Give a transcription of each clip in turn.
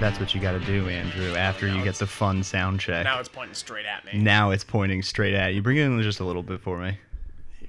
That's what you got to do, Andrew. After you get the fun sound check. Now it's pointing straight at me. Now it's pointing straight at you. Bring it in just a little bit for me.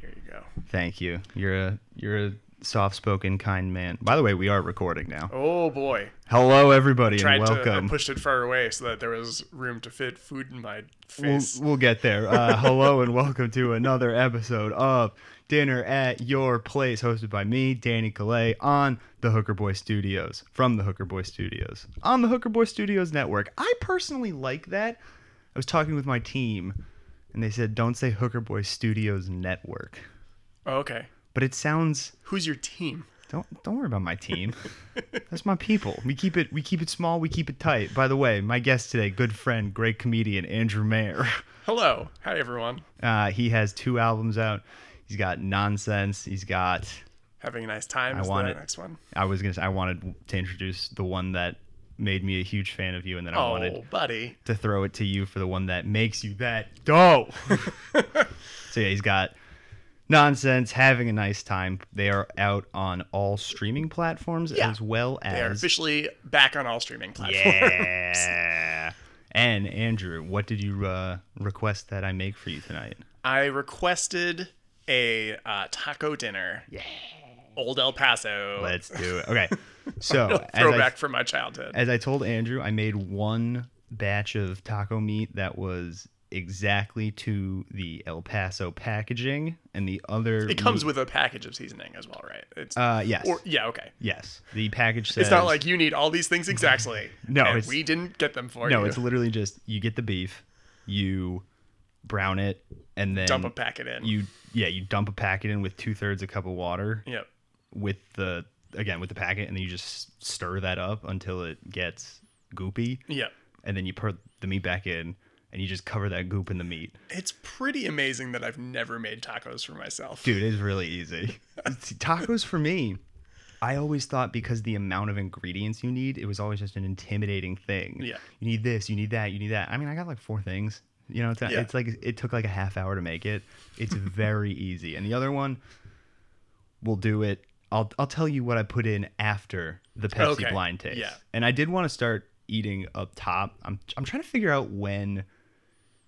Here you go. Thank you. You're a you're a soft-spoken, kind man. By the way, we are recording now. Oh boy. Hello, everybody, Tried and to I welcome. pushed it far away so that there was room to fit food in my We'll, face. we'll get there. Uh, hello, and welcome to another episode of Dinner at Your Place, hosted by me, Danny Calais, on the Hooker Boy Studios, from the Hooker Boy Studios, on the Hooker Boy Studios network. I personally like that. I was talking with my team, and they said, "Don't say Hooker Boy Studios network," Oh, okay. but it sounds. Who's your team? Don't don't worry about my team. That's my people. We keep it we keep it small, we keep it tight. By the way, my guest today, good friend, great comedian Andrew Mayer. Hello. Hi everyone. Uh, he has two albums out. He's got Nonsense. He's got Having a nice time I is want the it. next one. I was gonna say I wanted to introduce the one that made me a huge fan of you, and then I oh, wanted buddy. to throw it to you for the one that makes you that dope. so yeah, he's got Nonsense, having a nice time. They are out on all streaming platforms Yeah. as well They are as officially back on all streaming platforms. yeah. and Andrew, what did you uh, request that I make for you tonight? I requested a uh, taco dinner. Yeah. Old El Paso. Let's do it. Okay. So as I, Throwback from my childhood. as I told Andrew, I made one batch of taco meat that was exactly to the El Paso packaging, and the other It comes with a package of seasoning as well, right? It's Uh, yes. or yeah, okay. yes, the package says It's not like you need all these things exactly. No, and it's- we didn't get them for no. you. It's literally just you get the beef, you brown it, and then dump a packet in. you yeah you dump a packet in with two thirds a cup of water, yep. with the again with the packet and then you just stir that up until it gets goopy Yep. and then you put the meat back in and you just cover that goop in the meat It's pretty amazing that I've never made tacos for myself. dude it's really easy See, tacos for me i always thought because the amount of ingredients you need it was always just an intimidating thing Yeah. you need this you need that you need that i mean i got like four things you know it's, Yeah. it's like it took like a half hour to make it it's very easy and the other one we'll do it. I'll I'll tell you what I put in after the Pepsi Okay, blind taste. yeah. And I did want to start eating up top. I'm I'm trying to figure out when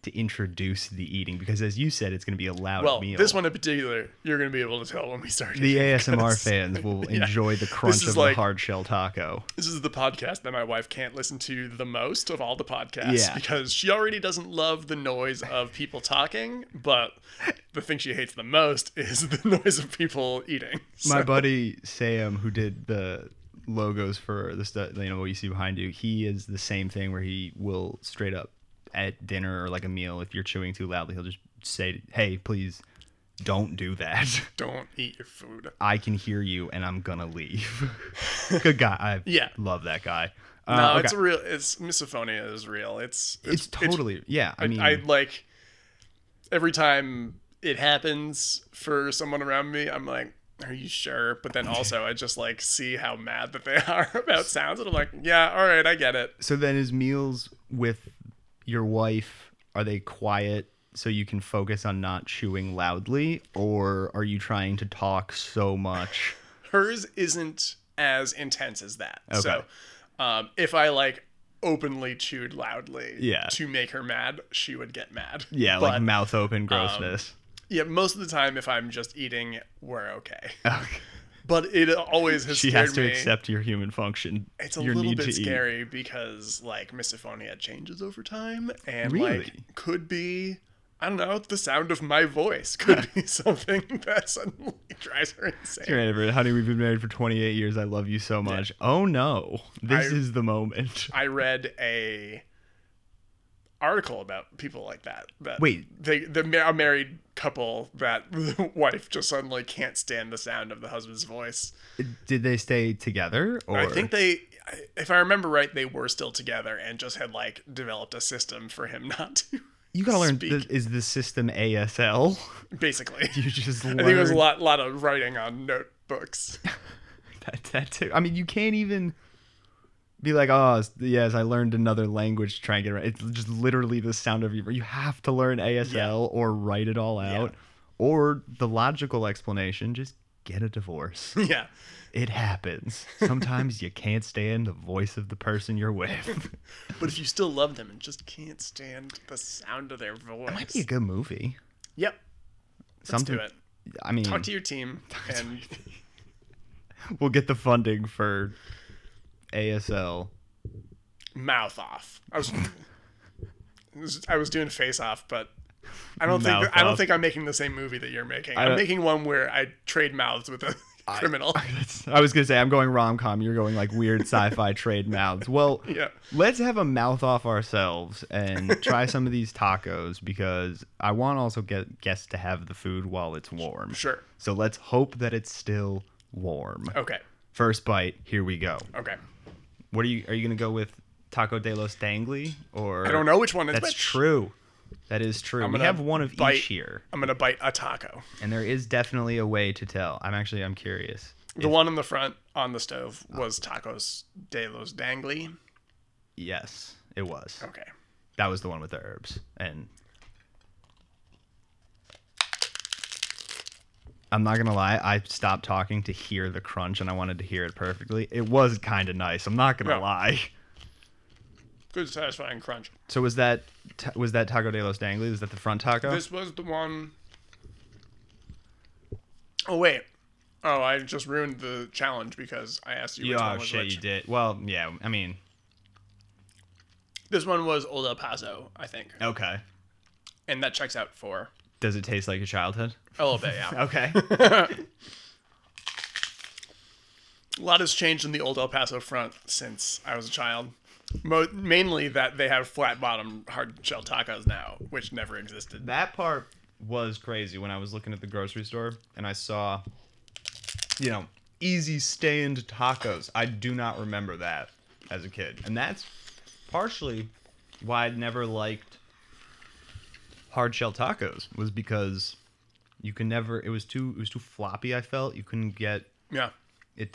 to introduce the eating because as you said, it's going to be a loud Well, meal. this one in particular, you're gonna be able to tell when we start. the eating, ASMR because fans will Yeah. enjoy the This crunch is of like- the hard shell taco. This is the podcast that my wife can't listen to the most of all the podcasts Yeah. because she already doesn't love the noise of people talking, but the thing she hates the most is the noise of people eating. My So- buddy Sam, who did the logos for the stuff, you know, what you see behind you, he is the same thing where he will straight up at dinner or like a meal, if you're chewing too loudly, he'll just say, "Hey, please, don't do that. don't eat your food. I can hear you, and I'm gonna leave." Good guy. I Yeah. love that guy. Uh, No, okay. it's real. It's misophonia is real. It's it's totally yeah. I mean, I like every time it happens for someone around me. I'm like, are you sure? But then also, I just like see how mad that they are about sounds, and I'm like, yeah, all right, I get it. so then his meals with your wife are they quiet so you can focus on not chewing loudly or are you trying to talk so much Hers isn't as intense as that. So, Okay. um, if I like openly chewed loudly Yeah. to make her mad, she would get mad. yeah but, like mouth open grossness yeah. Most of the time, if I'm just eating, we're okay. Okay. But it always has she scared has to me. accept your human function It's a your little need bit to eat. scary because like misophonia changes over time and Really? like could be I don't know, the sound of my voice could be something that suddenly drives her Dear insane. Amber, honey we've been married for 28 years i love you so much oh no this I- is the moment I read a article about people like that. that Wait. they the ma- a married couple that the wife just suddenly can't stand the sound of the husband's voice. did they stay together or I think they, I- if I remember right, they were still together and just had like developed a system for him not to. you gotta learn speak. th- is the system asl Basically, you just I think it was a learn lot, lot of writing on notebooks. That, that too. I mean, you can't even be like, oh, s- yes, I learned another language to try and get around. It's just literally the sound of your. You have to learn ASL Yeah. or write it all out. Or the logical explanation, just get a divorce. Yeah. It happens. Sometimes you can't stand the voice of the person you're with. But if you still love them and just can't stand the sound of their voice. Might be a good movie. Yep. Let's Something. do it. I mean, Talk to your team and we'll get the funding for ASL. mouth off. I was I was- I was doing face off, but I don't think Mouth I don't off. think I'm making the same movie that you're making. I I'm don't- making one where I trade mouths with a criminal. I was gonna say I'm going rom com. You're going like weird sci-fi trade mouths. Well, yeah. Let's have a mouth off ourselves and try some of these tacos because I want to also get guests to have the food while it's warm. Sure. Oh. So let's hope that it's still warm. Okay. First bite, here we go. Okay. What are you are you going to go with Taco de los Dangly or I don't know which one is That's which. true. That is true. We gonna have one of bite- each here, I'm gonna bite a taco. and there is definitely a way to tell. I'm actually I'm curious. The one on the front on the stove was tacos de los dangly. Yes, it was. Okay. That was the one with the herbs. And I'm not gonna lie, I stopped talking to hear the crunch and I wanted to hear it perfectly. It was kinda nice, I'm not gonna Yeah. lie. Good satisfying crunch. So was that ta- was that Taco de los Dangly? Was that the front taco? This was the one Oh wait. Oh, I just ruined the challenge because I asked you which yeah, one was Oh, shit, which. you did. Well, yeah, I mean, This one was Old El Paso, I think. okay. And that checks out for Does it taste like your childhood? a little bit, yeah. Okay. a lot has changed in the Old El Paso front since I was a child. Mo- mainly that they have flat bottom hard shell tacos now, which never existed. that part was crazy when I was looking at the grocery store and I saw, you know, easy stand tacos. I do not remember that as a kid. And that's partially why I'd never liked hard shell tacos was because you can never it was too it was too floppy I felt. You couldn't get Yeah. it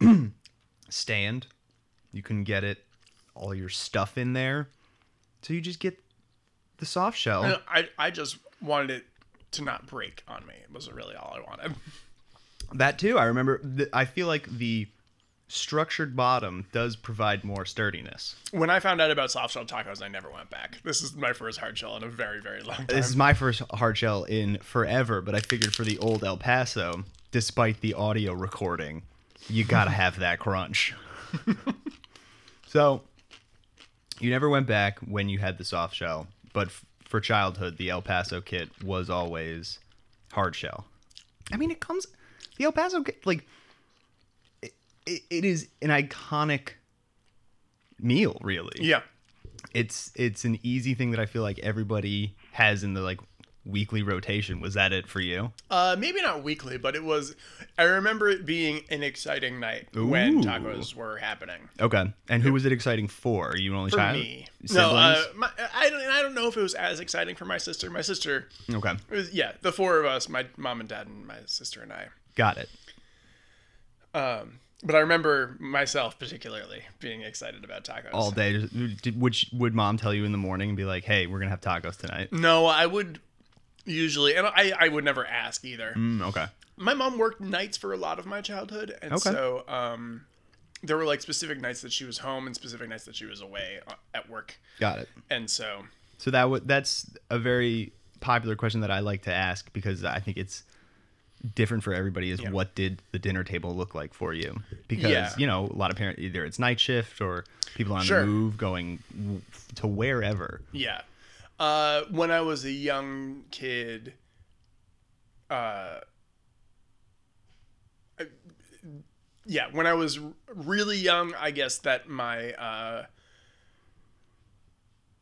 to stand. You can get it all your stuff in there. So you just get the soft shell. No, I, I just wanted it to not break on me. It was really all I wanted. That too. I remember. Th- I feel like the structured bottom does provide more sturdiness. When I found out about soft shell tacos, I never went back. This is my first hard shell in a very, very long time. This is my first hard shell in forever, but I figured for the old El Paso, despite the audio recording, you gotta have that crunch. so, you never went back when you had the soft shell, but f- for childhood, the El Paso kit was always hard shell. I mean, it comes the El Paso kit like it- it, it is an iconic meal, really Yeah. it's it's an easy thing that I feel like everybody has in the like weekly rotation. Was that it for you? Uh, maybe not weekly, but it was. I remember it being an exciting night when Ooh. tacos were happening. Okay. And who was it exciting for? Are you an only For child? me, Siblings? no, uh, my, I don't. and I don't know if it was as exciting for my sister. My sister, okay. it was, yeah, the four of us, my mom and dad, and my sister and I. Got it. But I remember myself particularly being excited about tacos All day. Just- Did, which would mom tell you in the morning and be like, "Hey, we're gonna have tacos tonight." No, I would usually, and I, I would never ask either. Mm, okay. My mom worked nights for a lot of my childhood, and Okay. so um, there were like specific nights that she was home and specific nights that she was away uh, at work, Got it. and so So that would that's a very popular question that I like to ask because I think it's different for everybody is what did the dinner table look like for you? Because Yeah. you know, a lot of parents either it's night shift or people on Sure. the move going w- to wherever. Yeah. Uh, when I was a young kid, uh, I- yeah, when I was r- really young, I guess that my uh,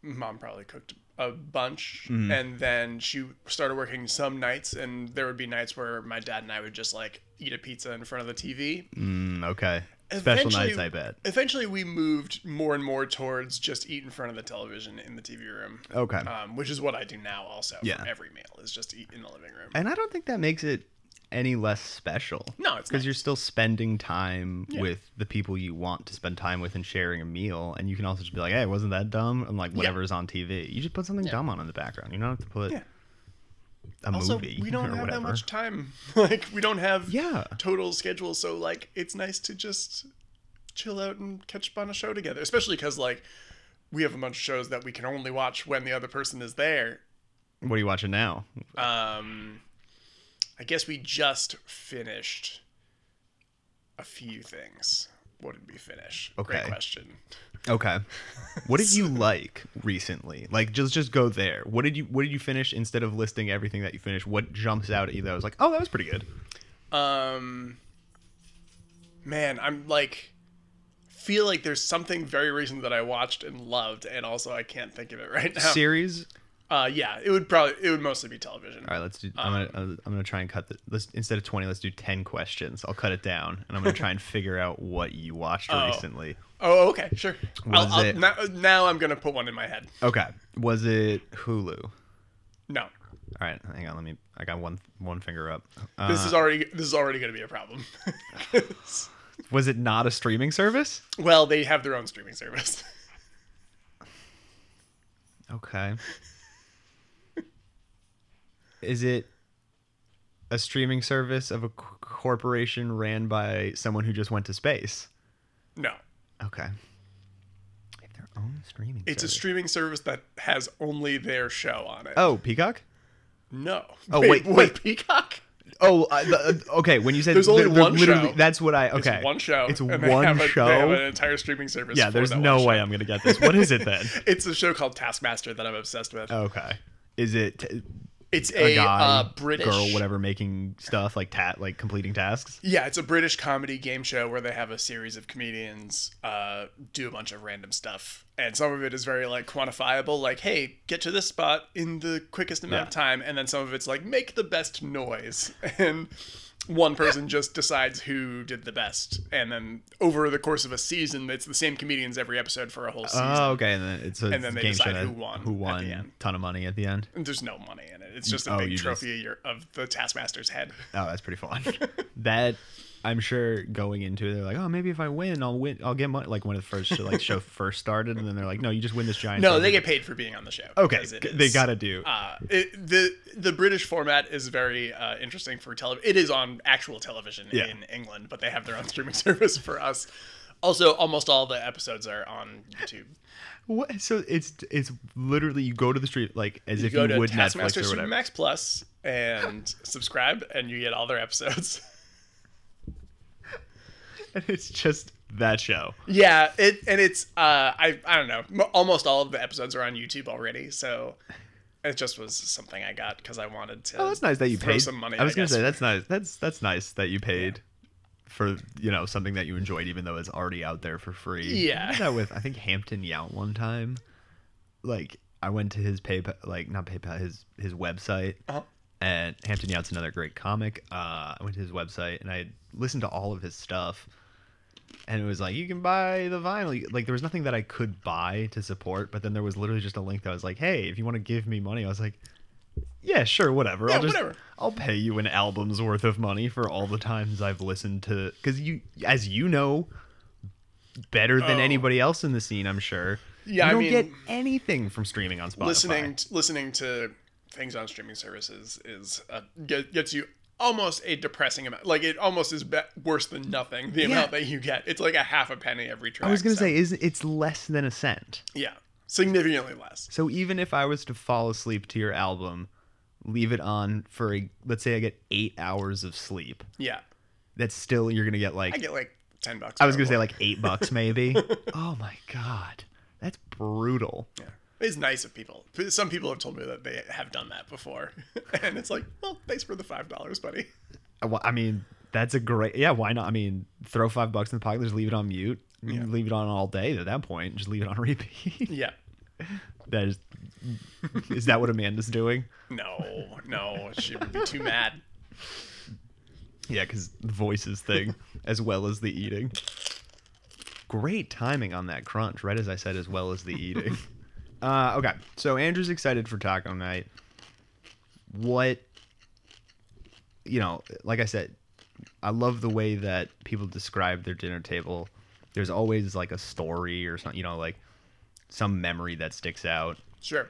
mom probably cooked a bunch, Mm-hmm. and then she started working some nights, and there would be nights where my dad and I would just like eat a pizza in front of the TV, Mm, okay. Special Eventually- nights, I bet. Eventually, we moved more and more towards just eat in front of the television in the TV room. Okay. Um, which is what I do now also. for Yeah. every meal is just eat in the living room. And I don't think that makes it any less special. No, it's because not. you're still spending time with the people you want to spend time with and sharing a meal. And you can also just be like, "Hey, wasn't that dumb?" And like whatever's on TV, you just put something dumb on in the background. You don't have to put Yeah. a also, movie. we don't or have whatever. that much time. Like we don't have Yeah. total schedule, so like it's nice to just chill out and catch up on a show together, especially because like we have a bunch of shows that we can only watch when the other person is there. What are you watching now? Um, I guess we just finished a few things. What did we finish? Great Okay. question. Okay. What did you like recently? Like just just go there. What did you what did you finish instead of listing everything that you finished? What jumps out at you that was like, "Oh, that was pretty good." Um, man, I'm like, feel like there's something very recent that I watched and loved, and also I can't think of it right now. Series? uh, yeah, it would probably it would mostly be television. All right, let's do I'm Um, going to I'm going to try and cut the let's instead of 20, let's do 10 questions. I'll cut it down and I'm going to try and figure out what you watched recently. Oh, okay, sure. Was I'll, I'll, it- now, now I'm gonna put one in my head. Okay. Was it Hulu? All No, right, hang on, let me I got one one finger up. Uh, this is already this is already gonna be a problem. 'Cause- was it not a streaming service? well, they have their own streaming service. Okay. Is it a streaming service of a c- corporation ran by someone who just went to space? No, Okay. They have their own streaming it's a service. streaming service that has only their show on it. oh, Peacock? no. Oh, wait, wait. Peacock. Oh, I- the- uh, okay. When you said There's only they're- they're one literally- show. That's what I. Okay. It's one show. It's and one they have a- they show. have an entire streaming service. yeah, for there's that no one way show. I'm going to get this. What is it then? It's a show called Taskmaster that I'm obsessed with. Okay. Is it t- it's Oh, a, a, guy, uh, British girl, whatever, making stuff like tat, like completing tasks? Yeah, it's a British comedy game show where they have a series of comedians uh, do a bunch of random stuff, and some of it is very like quantifiable, like "Hey, get to this spot in the quickest amount Yeah. of time," and then some of it's like "Make the best noise," and one person just decides who did the best, and then over the course of a season, it's the same comedians every episode for a whole season. Oh, okay. And then it's a And then they game show decide that- who won Who at the won? end. Ton of money at the end. There's no money in it. It's just a oh, you big just- trophy of your- of the Taskmaster's head. Oh, that's pretty fun. that I'm sure going into it, they're like, oh, maybe if I win, I'll win. I'll get money. Like when the first like show first started, and then they're like, no, you just win this giant. No, trophy. they get paid for being on the show. okay. because it g- They is- gotta do. Uh, it, the the British format is very uh, interesting for television. It is on actual television Yeah. in England, but they have their own streaming service for us. Also, almost all the episodes are on YouTube. what? So it's it's literally you go to the street like as if You go you to would Netflix Taskmaster or whatever. Supermax Plus and subscribe, and you get all their episodes. And it's just that show. yeah, it and it's uh, I I don't know. M- Almost all of the episodes are on YouTube already, so it just was something I got because I wanted to. Oh, that's nice that you throw paid some money. I was gonna guess. say that's nice. That's that's nice that you paid for you know something that you enjoyed, even though it's already out there for free. Yeah. I did that with I think Hampton Yount one time. Like I went to his PayPal, like not PayPal, his his website. Uh-huh. And Hampton Yount's another great comic. Uh, I went to his website and I listened to all of his stuff. And it was like you can buy the vinyl. Like there was nothing that I could buy to support, but then there was literally just a link that was like, "Hey, if you want to give me money," I was like, yeah, sure, whatever. Yeah, I'll just whatever. I'll pay you an album's worth of money for all the times I've listened to cuz you as you know better than Oh. anybody else in the scene, I'm sure. Yeah, you I don't mean- get anything from streaming on Spotify. listening t- listening to things on streaming services is uh, get, gets you almost a depressing amount. Like it almost is be- worse than nothing. The amount that you get, it's like a half a penny every track. I was going to so- say is it's less than a cent. yeah, significantly less. So even if I was to fall asleep to your album, leave it on for a, let's say I get 8 hours of sleep, Yeah, that's still you're going to get I like get like ten bucks. I was going to say like 8 bucks maybe. oh my god. That's brutal. yeah. it's nice of people. Some people have told me that they have done that before, and it's like, well, thanks for the five dollars, buddy. I- well, I mean, that's a great. Yeah, why not? I mean, throw five bucks in the pocket, just leave it on mute, leave it on all day. At that point, just leave it on repeat. Yeah. that is, is that what Amanda's doing? No, no, she would be too mad. Yeah, because the voices thing, as well as the eating. Great timing on that crunch, right as I said, as well as the eating. uh, okay, so Andrew's excited for taco night. What, you know, like I said, I love the way that people describe their dinner table. There's always like a story or something, you know, like some memory that sticks out Sure.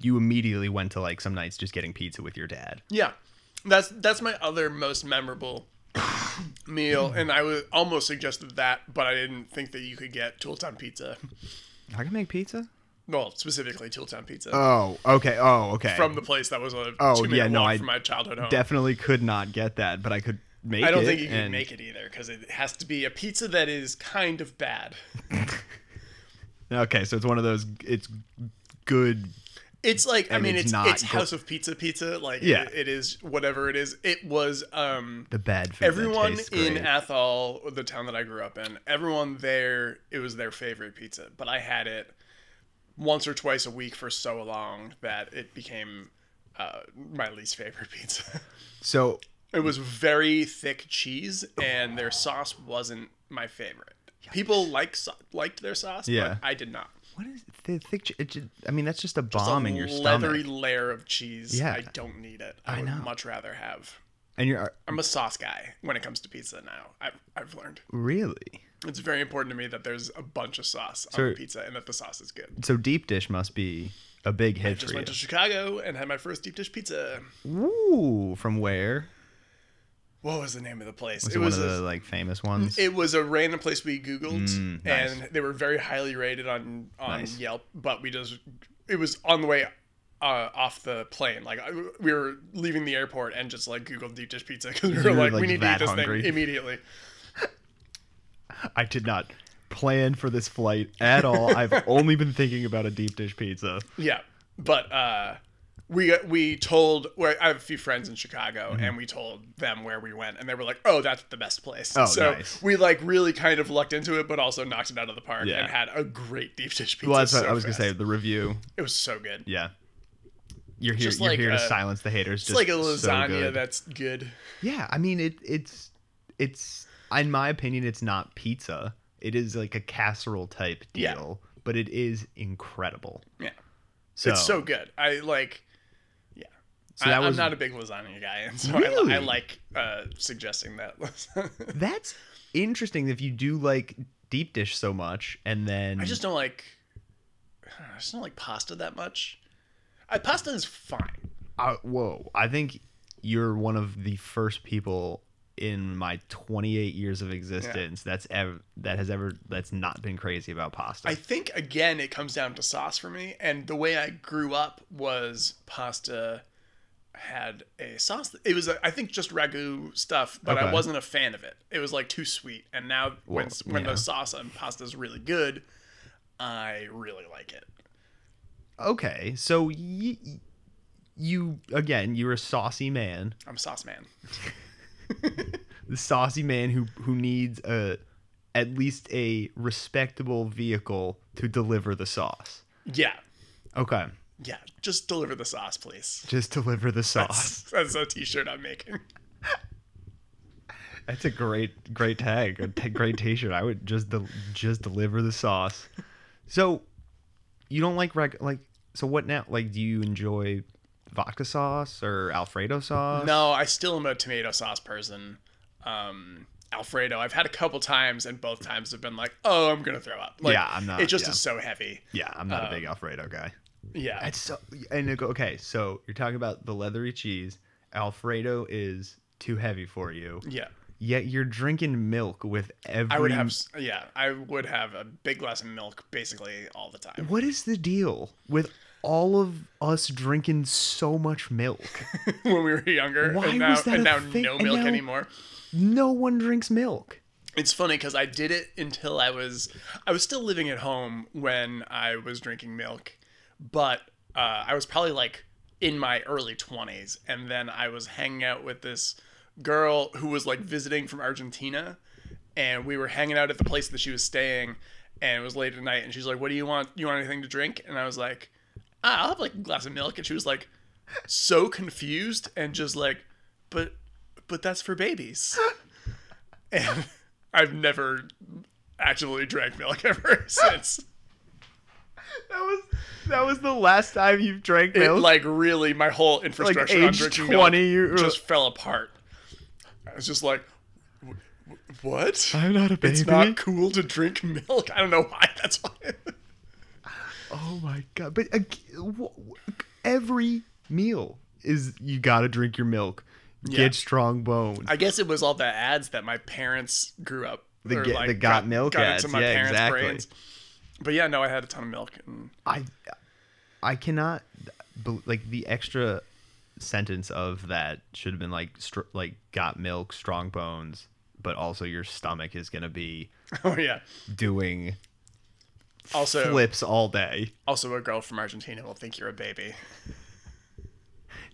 you immediately went to like some nights just getting pizza with your dad. Yeah, that's that's my other most memorable meal, and I would almost suggested that, but I didn't think that you could get Tooltown pizza. I can make pizza. Well, specifically Tooltown pizza Oh, okay. Oh, okay. from the place that was a Oh, two minute yeah, no, walk I from my childhood home. definitely could not get that, but I could make. I don't it, think you can and- make it either because it has to be a pizza that is kind of bad. Okay, so it's one of those. It's good. It's like I And mean, it's it's it's, not good. House of Pizza Pizza. Like Yeah. it- it is whatever it is. It was um The bad food. that everyone tastes in great. Athol, the town that I grew up in, everyone there, it was their favorite pizza. But I had it once or twice a week for so long that it became uh, my least favorite pizza. so it was very thick cheese, and their sauce wasn't my favorite. People like so- liked their sauce, Yeah. but I did not. what is the thick? ch- It ju- I mean, that's just a It's bomb in your a leathery stomach, layer of cheese. Yeah. I don't need it. I, would know. much rather have. and you're I'm a sauce guy when it comes to pizza now. I've, I've learned. really. It's very important to me that there's a bunch of sauce on Sure. the pizza and that the sauce is good. So deep dish must be a big hit Just for you. went to Chicago and had my first deep dish pizza. Ooh, from where? What was the name of the place? Was it it, was one of a, the like famous ones? it was a random place we googled Mm, nice. and they were very highly rated on on Nice. Yelp, but we just it was on the way uh, off the plane. Like I, we were leaving the airport and just like googled deep dish pizza because we were were, like, like, we need to that eat this hungry. thing immediately. I did not plan for this flight at all. I've only been thinking about a deep dish pizza. Yeah, but uh, we we told well, I have a few friends in Chicago, Mm-hmm. and we told them where we went, and they were like, "Oh, that's the best place." Oh, so nice. we like really kind of lucked into it, but also knocked it out of the park Yeah. and had a great deep dish pizza. Well, that's what so I was fast. gonna say. The review, It was so good. yeah. You're here. Just you're like here to a- silence the haters. It's like a so lasagna good. that's good. Yeah, I mean it. It's it's in my opinion, it's not pizza. It is like a casserole type Yeah. deal, but it is incredible. Yeah, So, it's so good. I like. Yeah, So I, that was- I'm not a big lasagna guy, and so Really? I, I like uh, suggesting that. that's interesting. If you do like deep dish so much, and then I just don't like. I don't know, I just don't like pasta that much. I, pasta is fine. Uh, whoa! I think you're one of the first people in my 28 years of existence that's ever that has ever that's not been crazy about pasta. I think again it comes down to sauce for me, and the way I grew up was pasta had a sauce. It was a, I think just ragu stuff, but Okay. I wasn't a fan of it. It was like too sweet. And now when Well, when yeah. the sauce on pasta is really good, I really like it. okay, so y- y- you again, you're a saucy man, I'm a sauce man. the saucy man who who needs a at least a respectable vehicle to deliver the sauce. Yeah, Okay, yeah. Just deliver the sauce, please. just deliver the sauce. That's, that's a T-shirt I'm making. That's a great, great tag, a t- great T-shirt. I would just del- just deliver the sauce. So, you don't like reg- like so what now? Like, do you enjoy vodka sauce or Alfredo sauce? No, I still am a tomato sauce person. Um, Alfredo, I've had a couple times, and both times have been like, "Oh, I'm gonna throw up." Like, Yeah, I'm not- It just yeah. is Uh, so heavy. Yeah, I'm not a big Alfredo guy. Yeah, It's so and it go- okay. So you're talking about the leathery cheese. Alfredo is too heavy for you. yeah. Yet you're drinking milk with every. I would have, s- yeah, I would have a big glass of milk basically all the time. What is the deal with all of us drinking so much milk? when we were younger, Why and now, was that and a now thing? no And milk now- anymore. No one drinks milk. It's funny because I did it until I was I was still living at home when I was drinking milk, but uh, I was probably like in my early twenties, and then I was hanging out with this girl who was like visiting from Argentina, and we were hanging out at the place that she was staying, and it was late at night, and she's like, "What do you want? You want anything to drink?" And I was like, ah, "I'll have like a glass of milk," and she was like, so confused and just like, "But, but that's for babies." and I've never actually drank milk ever since. That was that was the last time you've drank It, milk. like really, my whole infrastructure on age drinking 20, milk you- just fell apart. I was just like, "W- w- what? I'm not a baby. It's not cool to drink milk. I don't know why. That's why. Oh my god! But uh, wh- wh- every meal is you gotta drink your milk. Yeah. Get strong bones. I guess it was all the ads that my parents grew up. The or, get- the got milk got ads. Yeah, exactly. But yeah, no, I had a ton of milk. And I I cannot bel- like the extra sentence of that should have been like str- like got milk, strong bones, but also your stomach is gonna be oh yeah. doing Also, flips all day. also a girl from Argentina will think you're a baby.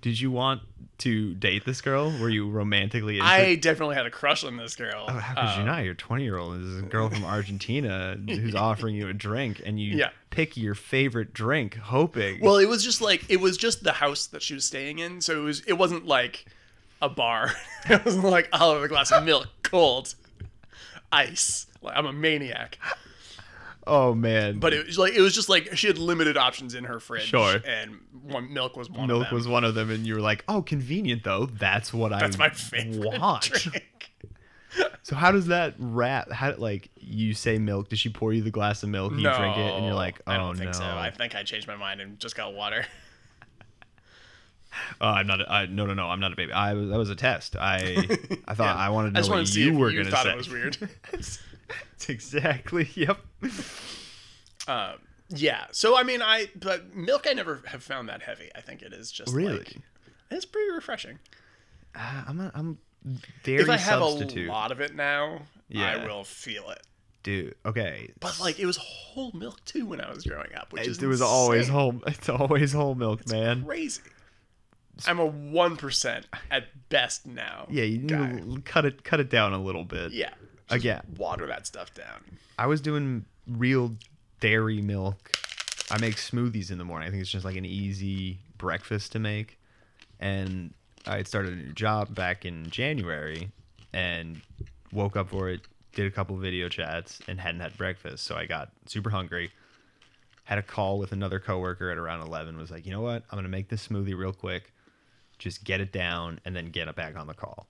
Did you want to date this girl? Were you romantically interested? I definitely had a crush on this girl. Oh, how could Uh, you not? You're 20 year old. This is a girl from Argentina who's offering you a drink, and you Yeah. pick your favorite drink, hoping. Well, it was just like it was just the house that she was staying in, so it was it wasn't like a bar. it wasn't like I'll have a glass of milk, cold, ice. Like I'm a maniac. oh man, But it was like it was just like she had limited options in her fridge. Sure. And one milk was one. milk of them. was one of them, and you were like, "Oh, convenient though. That's what I that's my favorite want." drink. So how does that wrap? How like you say milk? Does she pour you the glass of milk? You drink it, and you're like, "Oh I don't no, think so. I think I changed my mind and just got water. Uh, I'm not. A, I, no, no, no. I'm not a baby. I was. That was a test. I I thought I wanted to know I just what wanted to see you if were you gonna thought say. it was weird. exactly. Yep. Um, yeah. So I mean, I but milk I never have found that heavy. I think it is just Really? like, it's pretty refreshing. Uh, I'm. A, I'm dairy if I have substitute, a lot of it now, Yeah. I will feel it. dude. Okay. But like it was whole milk too when I was growing up, which It, is it was always insane. whole. It's always whole milk, man. crazy. I'm a one percent at best now. Yeah, you need guy. to cut it. Cut it down a little bit. yeah. Just Again, water that stuff down. I was doing real dairy milk. I make smoothies in the morning. I think it's just like an easy breakfast to make. And I had started a new job back in January and woke up for it, did a couple video chats, and hadn't had breakfast. So I got super hungry. Had a call with another coworker at around 11, was like, you know what? I'm going to make this smoothie real quick, just get it down, and then get it back on the call.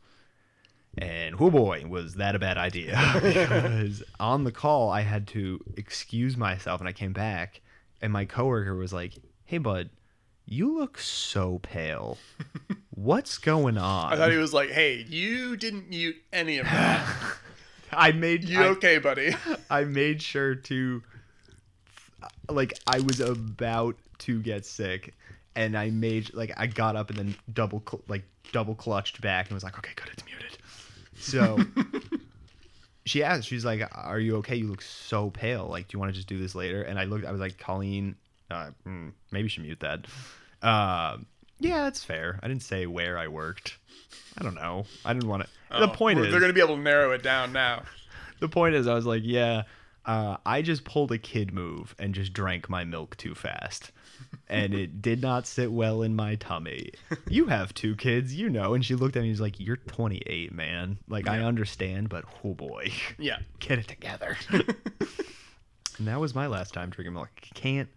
And oh boy, was that a bad idea. because on the call, I had to excuse myself and I came back, and my coworker was like, Hey, bud, you look so pale. What's going on? I thought he was like, "Hey, you didn't mute any of that. I made You I- okay, buddy?" I made sure to like I was about to get sick and I made like I got up and then double cl- like double clutched back and was like okay good it's muted. So she asked she's like are you okay you look so pale like do you want to just do this later and I looked I was like Colleen uh, mm, maybe you should mute that. Um yeah, that's fair. I didn't say where I worked. I don't know. I didn't want to. the Oh, point we're- is, they're gonna be able to narrow it down now. the point is, I was like, yeah, uh, I just pulled a kid move and just drank my milk too fast. And it did not sit well in my tummy. You have two kids, you know. And she looked at me and was like, You're 28, man. Like, I understand, but oh boy, Yeah. get it together. and that was my last time drinking milk. Can't.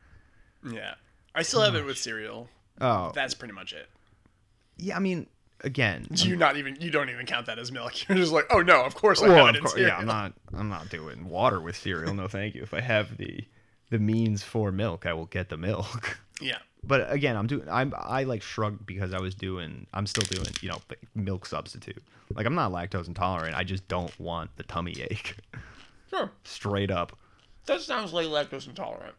Yeah. I still have it with cereal. Oh. That's pretty much it. Yeah, I mean, again. Do you not even you don't even count that as milk. You're just like, oh no, of course I Well, have it of in course, cereal. yeah, I'm not. I'm not doing water with cereal. No, thank you. If I have the the means for milk, I will get the milk. Yeah. but again, I'm doing. I'm I like shrugged because I was doing. I'm still doing. You know, the milk substitute. Like I'm not lactose intolerant. I just don't want the tummy ache. Sure. Straight up. That sounds like lactose intolerant.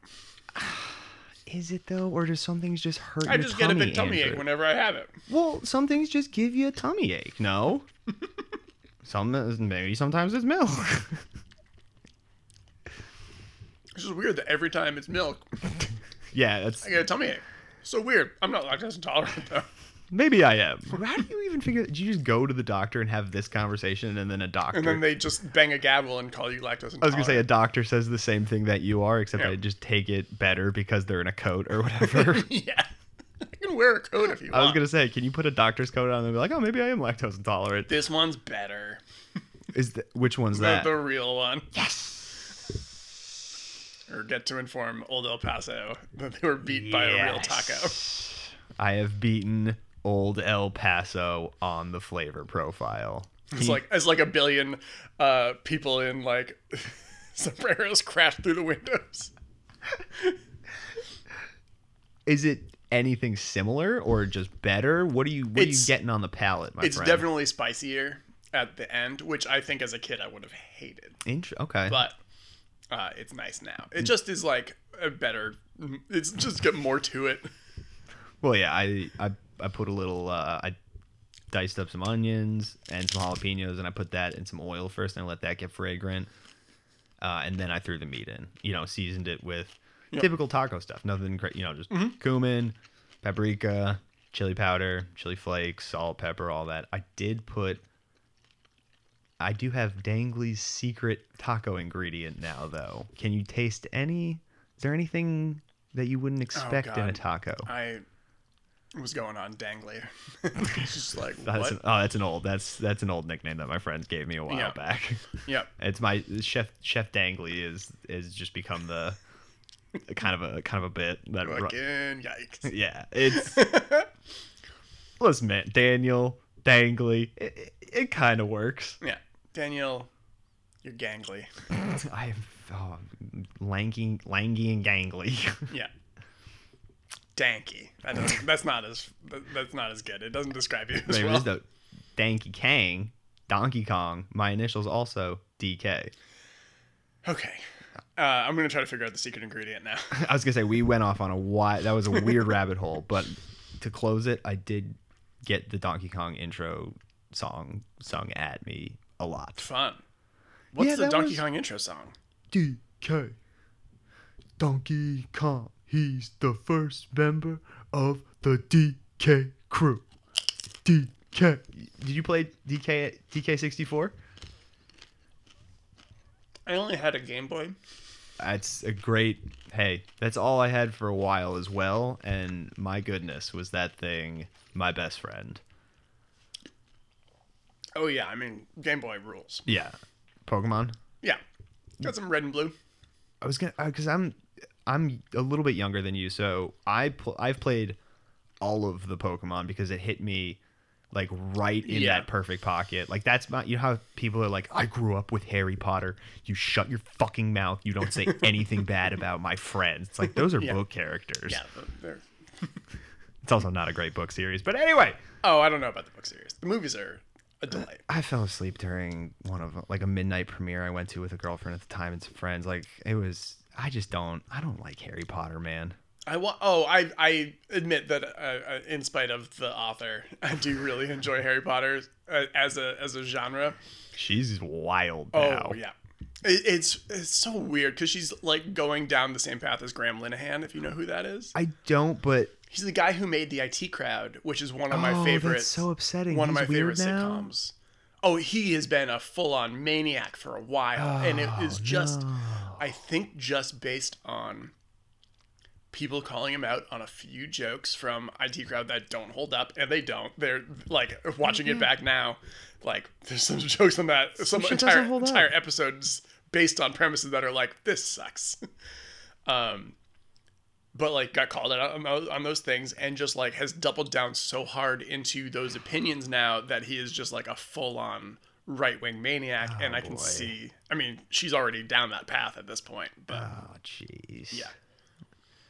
Is it though, or does some things just hurt? I your just get a tummy, bit tummy ache Andrew? whenever I have it. Well, some things just give you a tummy ache. No. some maybe sometimes it's milk. It's just weird that every time it's milk, yeah, that's I get a tummy ache. So weird. I'm not lactose intolerant though. maybe I am. How do you even figure? Did you just go to the doctor and have this conversation, and then a doctor? And then they just bang a gavel and call you lactose intolerant. I was gonna say a doctor says the same thing that you are, except Yeah. I just take it better because they're in a coat or whatever. yeah. I can wear a coat if you want. I was gonna say, can you put a doctor's coat on and be like, oh, maybe I am lactose intolerant? This one's better. Is th- which one's The, that? the real one. yes. Or get to inform old El Paso that they were beat by a real taco. I have beaten old El Paso on the flavor profile. It's like as like a billion uh, people in like sombreros crash through the windows. Is it anything similar or just better? What are you what It's- are you getting on the palate, my It's friend? definitely spicier at the end, which I think as a kid I would have hated, Int- okay. but uh, it's nice now. Mm. It just is like a better. It's just got more to it. Well, yeah, I I, I put a little uh, I diced up some onions and some jalapenos, and I put that in some oil first, and I let that get fragrant, uh, and then I threw the meat in. You know, seasoned it with typical taco stuff, nothing great. You know, just cumin, paprika, chili powder, chili flakes, salt, pepper, all that. I did put. I do have Dangley's secret taco ingredient now, though. Can you taste any? Is there anything that you wouldn't expect in a God. taco? I was going on dangly. it's just like That's what? an, oh, that's an old that's that's an old nickname that my friends gave me a while Yeah. back. Yep. It's my chef chef Dangley is is just become the kind of a kind of a bit that ru- Fucking yikes. yeah. It's listen, man, Daniel Dangley. It, it, it kind of works. Yeah, Daniel, you're gangly. I am oh, lanky lanky and gangly. Yeah. Danky. That doesn't, that's not as that- that's not as good. It doesn't describe you as Maybe well. it's the Danky Kang, Donkey Kong. My initials also DK. Okay. Uh, I'm gonna try to figure out the secret ingredient now. I was gonna say we went off on a wide. That was a weird rabbit hole. But to close it, I did get the Donkey Kong intro song sung at me a lot. Fun. What's Yeah, the that Donkey was- Kong intro song? DK, Donkey Kong. He's the first member of the DK crew. DK. Did you play DK DK sixty four? I only had a Game Boy. That's a great. Hey, that's all I had for a while as well. And my goodness, was that thing my best friend. Oh yeah, I mean Game Boy rules. Yeah. Pokemon. Yeah. Got some red and blue. I was gonna because I'm I'm a little bit younger than you, so I pl- I've played all of the Pokemon because it hit me like right in Yeah. that perfect pocket. Like that's my you know how people are like, I grew up with Harry Potter. You shut your fucking mouth. You don't say anything bad about my friends. It's like those are book characters. Yeah. th- They're... It's also not a great book series, but anyway. Oh, I don't know about the book series. The movies are a delight. I fell asleep during one of like a midnight premiere I went to with a girlfriend at the time and some friends. Like it was, I just don't, I don't like Harry Potter, man. I wa- oh I I admit that uh, uh, in spite of the author, I do really enjoy Harry Potter uh, as a as a genre. She's wild Oh now. yeah, it, it's it's so weird because she's like going down the same path as Graham Linehan, if you know who that is. I don't, but He's the guy who made the IT Crowd, which is one of my oh, favorite That's so upsetting. one of He's my weird favorite now. sitcoms. Oh, he has been a full on maniac for a while, and it is Oh, just I think just based on people calling him out on a few jokes from IT crowd that don't hold up, and they don't. They're like watching it back now, like there's some jokes on that some Mm-hmm. shit doesn't entire hold up. entire episodes based on premises that are like this sucks. um, but like got called out on those, on those things, and just like has doubled down so hard into those opinions now that he is just like a full on right wing maniac, and I can Oh, boy. see. I mean, she's already down that path at this point, but. Oh jeez. Yeah.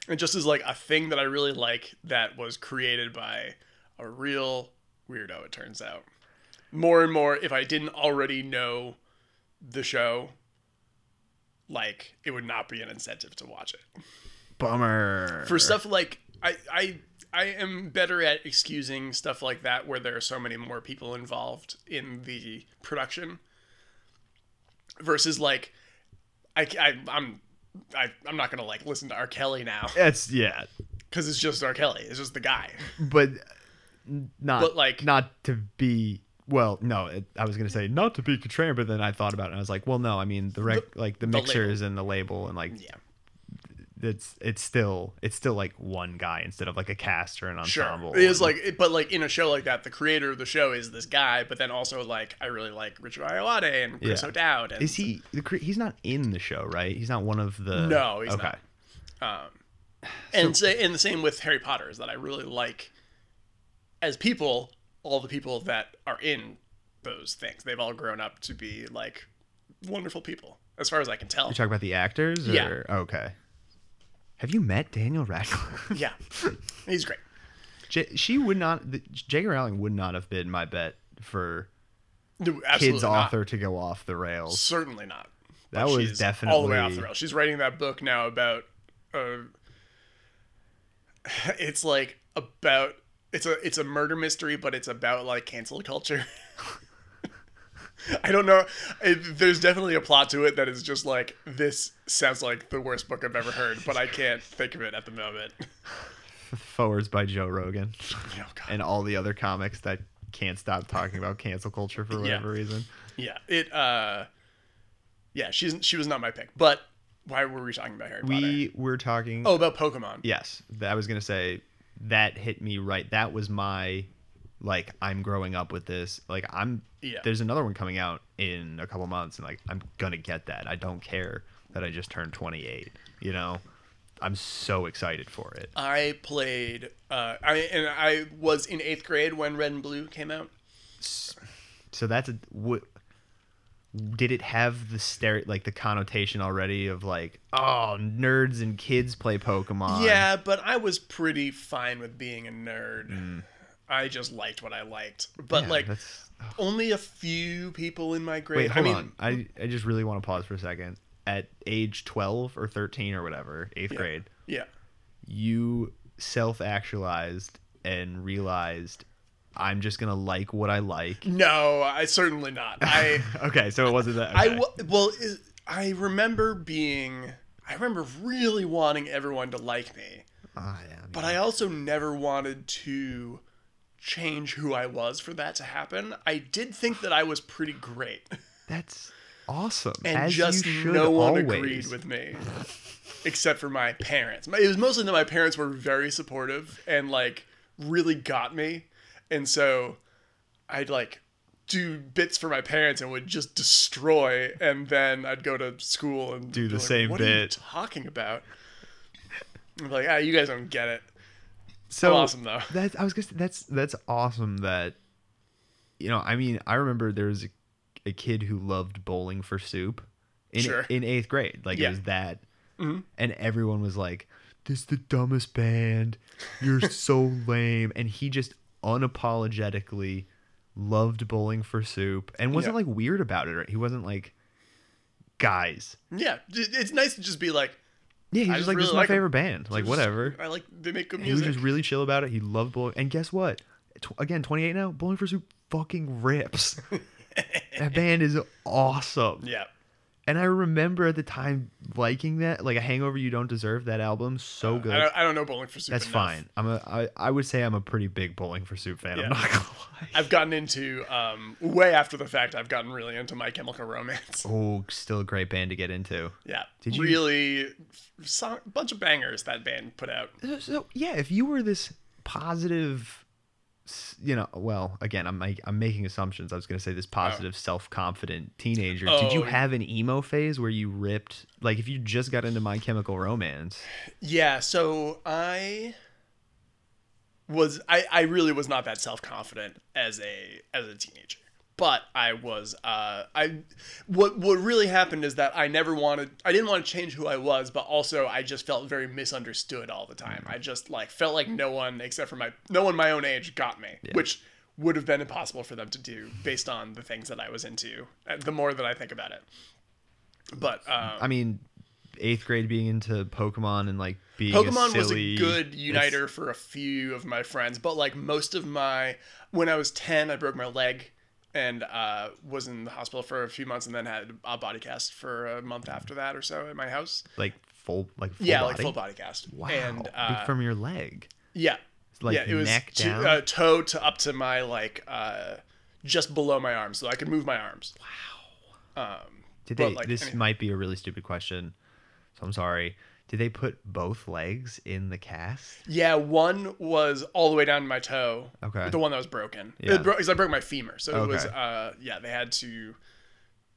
It just is like a thing that I really like that was created by a real weirdo, it turns out. More and more, if I didn't already know the show, like it would not be an incentive to watch it. Bummer. For stuff like I I I am better at excusing stuff like that where there are so many more people involved in the production versus like I, I I'm I, I'm not gonna like listen to R. Kelly now That's yeah, because it's just R. Kelly. It's just the guy. but not But, like- not to be. Well, no, it, I was gonna say not to be contrarian, but then I thought about it and I was like, well, no, I mean the, rec- like the the mixers and the label and like Yeah. it's it's still it's still like one guy instead of like a cast or an ensemble. Sure. It is and- like, it- but like in a show like that, the creator of the show is this guy, but then also like I really like Richard Iolade and Chris Yeah. O'Dowd. And, is he the cre- he's not in the show, right? He's not one of the No, he's okay. not. Um, And sa- and the same with Harry Potter is that I really like as people all the people that are in those things. They've all grown up to be like wonderful people, as far as I can tell. You talk about the actors, or Yeah. okay. Have you met Daniel Radcliffe? Yeah, he's great. J- she would not. The, J.K. Rowling would not have been my bet for No, absolutely kids not. author to go off the rails. Certainly not. That But was she's all the way off the definitely- rail. She's writing that book now about. Uh, it's like about it's a it's a murder mystery, but it's about like cancel culture. I don't know. It, there's definitely a plot to it that is just like this sounds like the worst book I've ever heard, but I can't think of it at the moment. Forwards by Joe Rogan Oh, God. and all the other comics that can't stop talking about cancel culture for whatever reason. Yeah, it. uh Yeah, she's she was not my pick, but why were we talking about Harry Potter? We were talking. Oh, about Pokemon. Yes, th- I was gonna say that hit me right. That was my like I'm growing up with this. Like I'm Yeah. there's another one coming out in a couple months and like I'm gonna get that. I don't care that I just turned 28, you know. I'm so excited for it. I played. Uh, I and I was in eighth grade when Red and Blue came out. So that's a what did it have the stere like the connotation already of like oh nerds and kids play Pokemon? Yeah, but I was pretty fine with being a nerd. I just liked what I liked, Mm. but Yeah, like that's only a few people in my grade. Wait, hold I mean, on. I, I just really want to pause for a second. At age 12 or 13 or whatever, eighth grade, yeah, you self actualized and realized I'm just going to like what I like. no, I certainly not. I. Okay, so it wasn't that. I okay. w- well, is, I remember being. I remember really wanting everyone to like me, Ah, yeah, I but mean, I also never wanted to change who I was for that to happen. I did think that I was pretty great, that's awesome. and As you just should no one always. agreed with me, except for my parents. My- It was mostly that my parents were very supportive and like really got me, and so I'd like do bits for my parents and would just destroy and then I'd go to school and Do be the like, same what are you bit." talking about I'm like ah you guys don't get it so awesome, though. That's I was gonna say, that's that's awesome that you know I mean I remember there was a, a kid who loved bowling for soup in Sure. in eighth grade like Yeah. Mm-hmm. it was that and everyone was like this is the dumbest band you're so lame and he just unapologetically loved bowling for soup and wasn't Yeah. like weird about it or he wasn't like guys yeah j- it's nice to just be like yeah he I was just just like this really is my like 'em. favorite band like just- whatever I like they make good and he was music just really chill about it. He loved bowling. And guess what? Tw- again, 28 now, Bowling for Soup fucking rips. that band is awesome. yeah And I remember at the time liking that, like a Hangover You Don't Deserve, that album, so Uh, I good. don't, I don't know bowling for soup That's enough. fine. I'm a, I, I would say I'm a pretty big Bowling for Soup fan. Yeah. I'm not gonna lie. I've gotten into um way after the fact I've gotten really into My Chemical Romance Oh, still a great band to get into. yeah Did you- really song, bunch of bangers that band put out So, so yeah, if you were this positive, s- you know, well, again, I'm make- I'm making assumptions. I was gonna say this positive, self confident teenager. Did you Oh. have an emo phase where you ripped? Like, if you just got into My Chemical Romance, Yeah, so I was I, I really was not that self-confident as a as a teenager. But I was uh I what what really happened is that I never wanted I didn't want to change who I was, but also I just felt very misunderstood all the time. I just like felt like no one except for my no one my own age got me, which would have been impossible for them to do based on the things that I was into. uh, The more that I think about it. But um I mean, eighth grade being into Pokemon and like being Pokemon a was silly, a good uniter for a few of my friends, but like most of my when I was 10, I broke my leg and uh, was in the hospital for a few months and then had a body cast for a month after that or so at my house. like full like full yeah, body. like full body cast. Wow, And uh, from your leg, yeah. like yeah, it was neck to- down. uh, toe to up to my like uh, just below my arm so I could move my arms. Did but, they? like, this anything. might be a really stupid question, so I'm sorry. Did they put both legs in the cast? Yeah, one was all the way down to my toe. Okay. The one that was broken. Yeah. It bro- 'cause I broke my femur. So it was, Okay. uh, yeah, they had to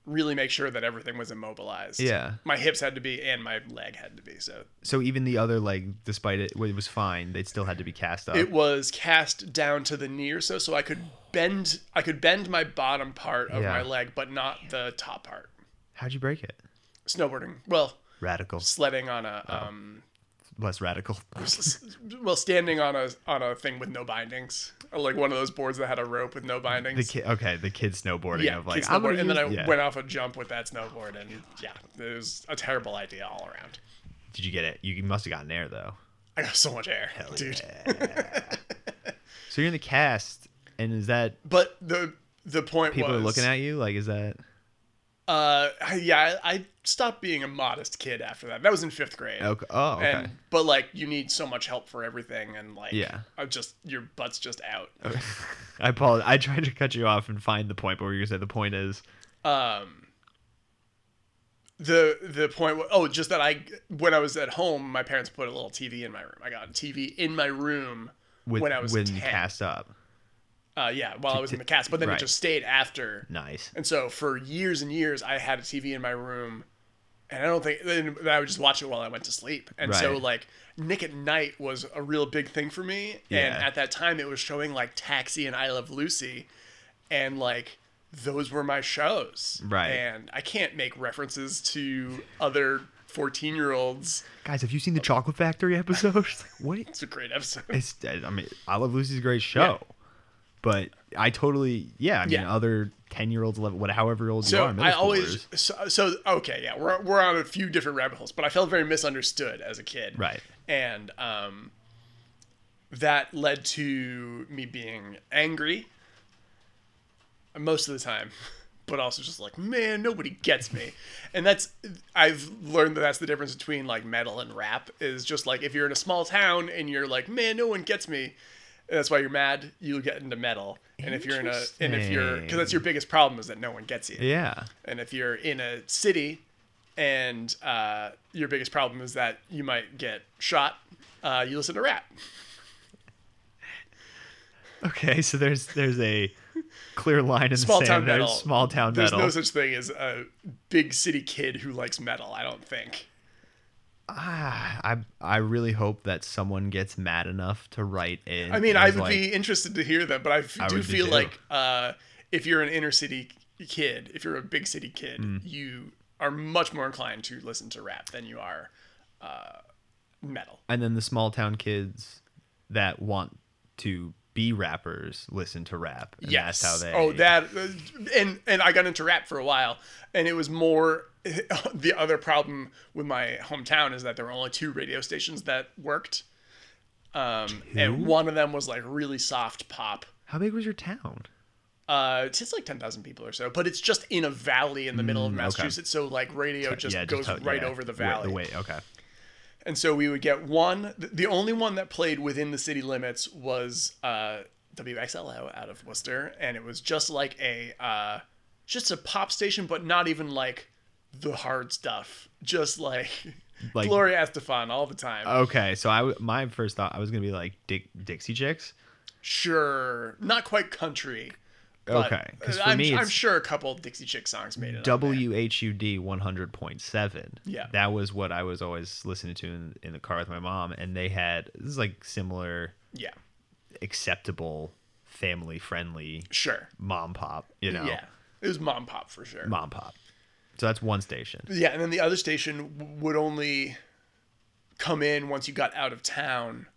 really make sure that everything was immobilized. Yeah. My hips had to be and my leg had to be. So So even the other leg, despite it, well, it was fine. They still had to be cast up. it was cast down to the knee or so. So I could bend, I could bend my bottom part of Yeah. my leg, but not the top part. How'd you break it? Snowboarding. Well, Radical. sledding on a, um, less radical. well, standing on a on a thing with no bindings, or like one of those boards that had a rope with no The bindings. kid, okay, the kid snowboarding yeah, of like kid I'm snowboard, gonna and then I use- yeah. went off a jump with that snowboard, and yeah, it was a terrible idea all around. Did you get it? You must have gotten air though. I got so much air, Hell dude. yeah. so you're in the cast, and is that But the the point people was are looking at you? Like, is that Uh, I- yeah, I, I stopped being a modest kid after that. That was in fifth grade. okay? Oh, okay. And but like you need so much help for everything, and like Yeah. I just your butt's just out. I apologize. I tried to cut you off and find the point, but what you say the point is um the the point wa- oh just that i when i was at home my parents put a little tv in my room i got a tv in my room with when i was when 10. cast up. uh yeah while i was in the cast but then Right. it just stayed after Nice. and so for years and years i had a tv in my room and i don't think then i would just watch it while i went to sleep and so Right. like nick at night was a real big thing for me and Yeah. at that time it was showing like taxi and i love lucy and like those were my shows Right. and i can't make references to other 14 year olds Guys, have you Oh. seen the Chocolate Factory episode? It's like, what? it's a great episode It's, I mean, I love Lucy's a great show, but I totally, yeah. I mean, Yeah. other ten year olds, eleven, what, however old you so are, middle i always schoolers. so, so okay yeah we're, we're on a few different rabbit holes but i felt very misunderstood as a kid Right. and um, that led to me being angry most of the time but also just like man nobody gets me and that's i've learned that that's the difference between like metal and rap is just like if you're in a small town and you're like man no one gets me and that's why you're mad you'll get into metal and if you're in a and if you're because that's your biggest problem is that no one gets you Yeah. and if you're in a city and uh, your biggest problem is that you might get shot, uh, you listen to rap. Okay, so there's there's a clear line in Small the town sand. There's metal. small town There's metal. no such thing as a big city kid who likes metal, I don't think. Ah, I I really hope that someone gets mad enough to write in. I mean, and I is would like, be interested to hear that, but I f- I do would be feel too. like uh, if you're an inner city kid, if you're a big city kid, Mm. you are much more inclined to listen to rap than you are uh, metal. And then the small town kids that want to be rappers listen to rap. And Yes. That's how they. Oh, that and and I got into rap for a while, and it was more. The other problem with my hometown is that there were only two radio stations that worked, um, and one of them was like really soft pop. How big was your town? Uh, it's, it's like ten thousand people or so, but it's just in a valley in the middle of Massachusetts, so like radio just goes how- right Mm, yeah, over the wi- valley. The way, okay. And so we would get one. th- The only one that played within the city limits was uh, WXLO out of Worcester, and it was just like a uh, just a pop station, but not even like the hard stuff. Just like, Like- Oh. Gloria Estefan all the time. Okay, so I w- my first thought I was gonna be like Dick, Dixie Chicks. Oh, sure, not quite country. but okay, because for I'm, me I'm it's sure a couple Dixie Chick songs made it. on there. WHUD 100.7. Yeah. That was what I was always listening to in, in the car with my mom. And they had, this is like similar, Yeah, acceptable, family friendly sure. mom pop, you know? Yeah, it was mom pop for sure. Mom pop. So that's one station. Yeah, and then the other station w- would only come in once you got out of town,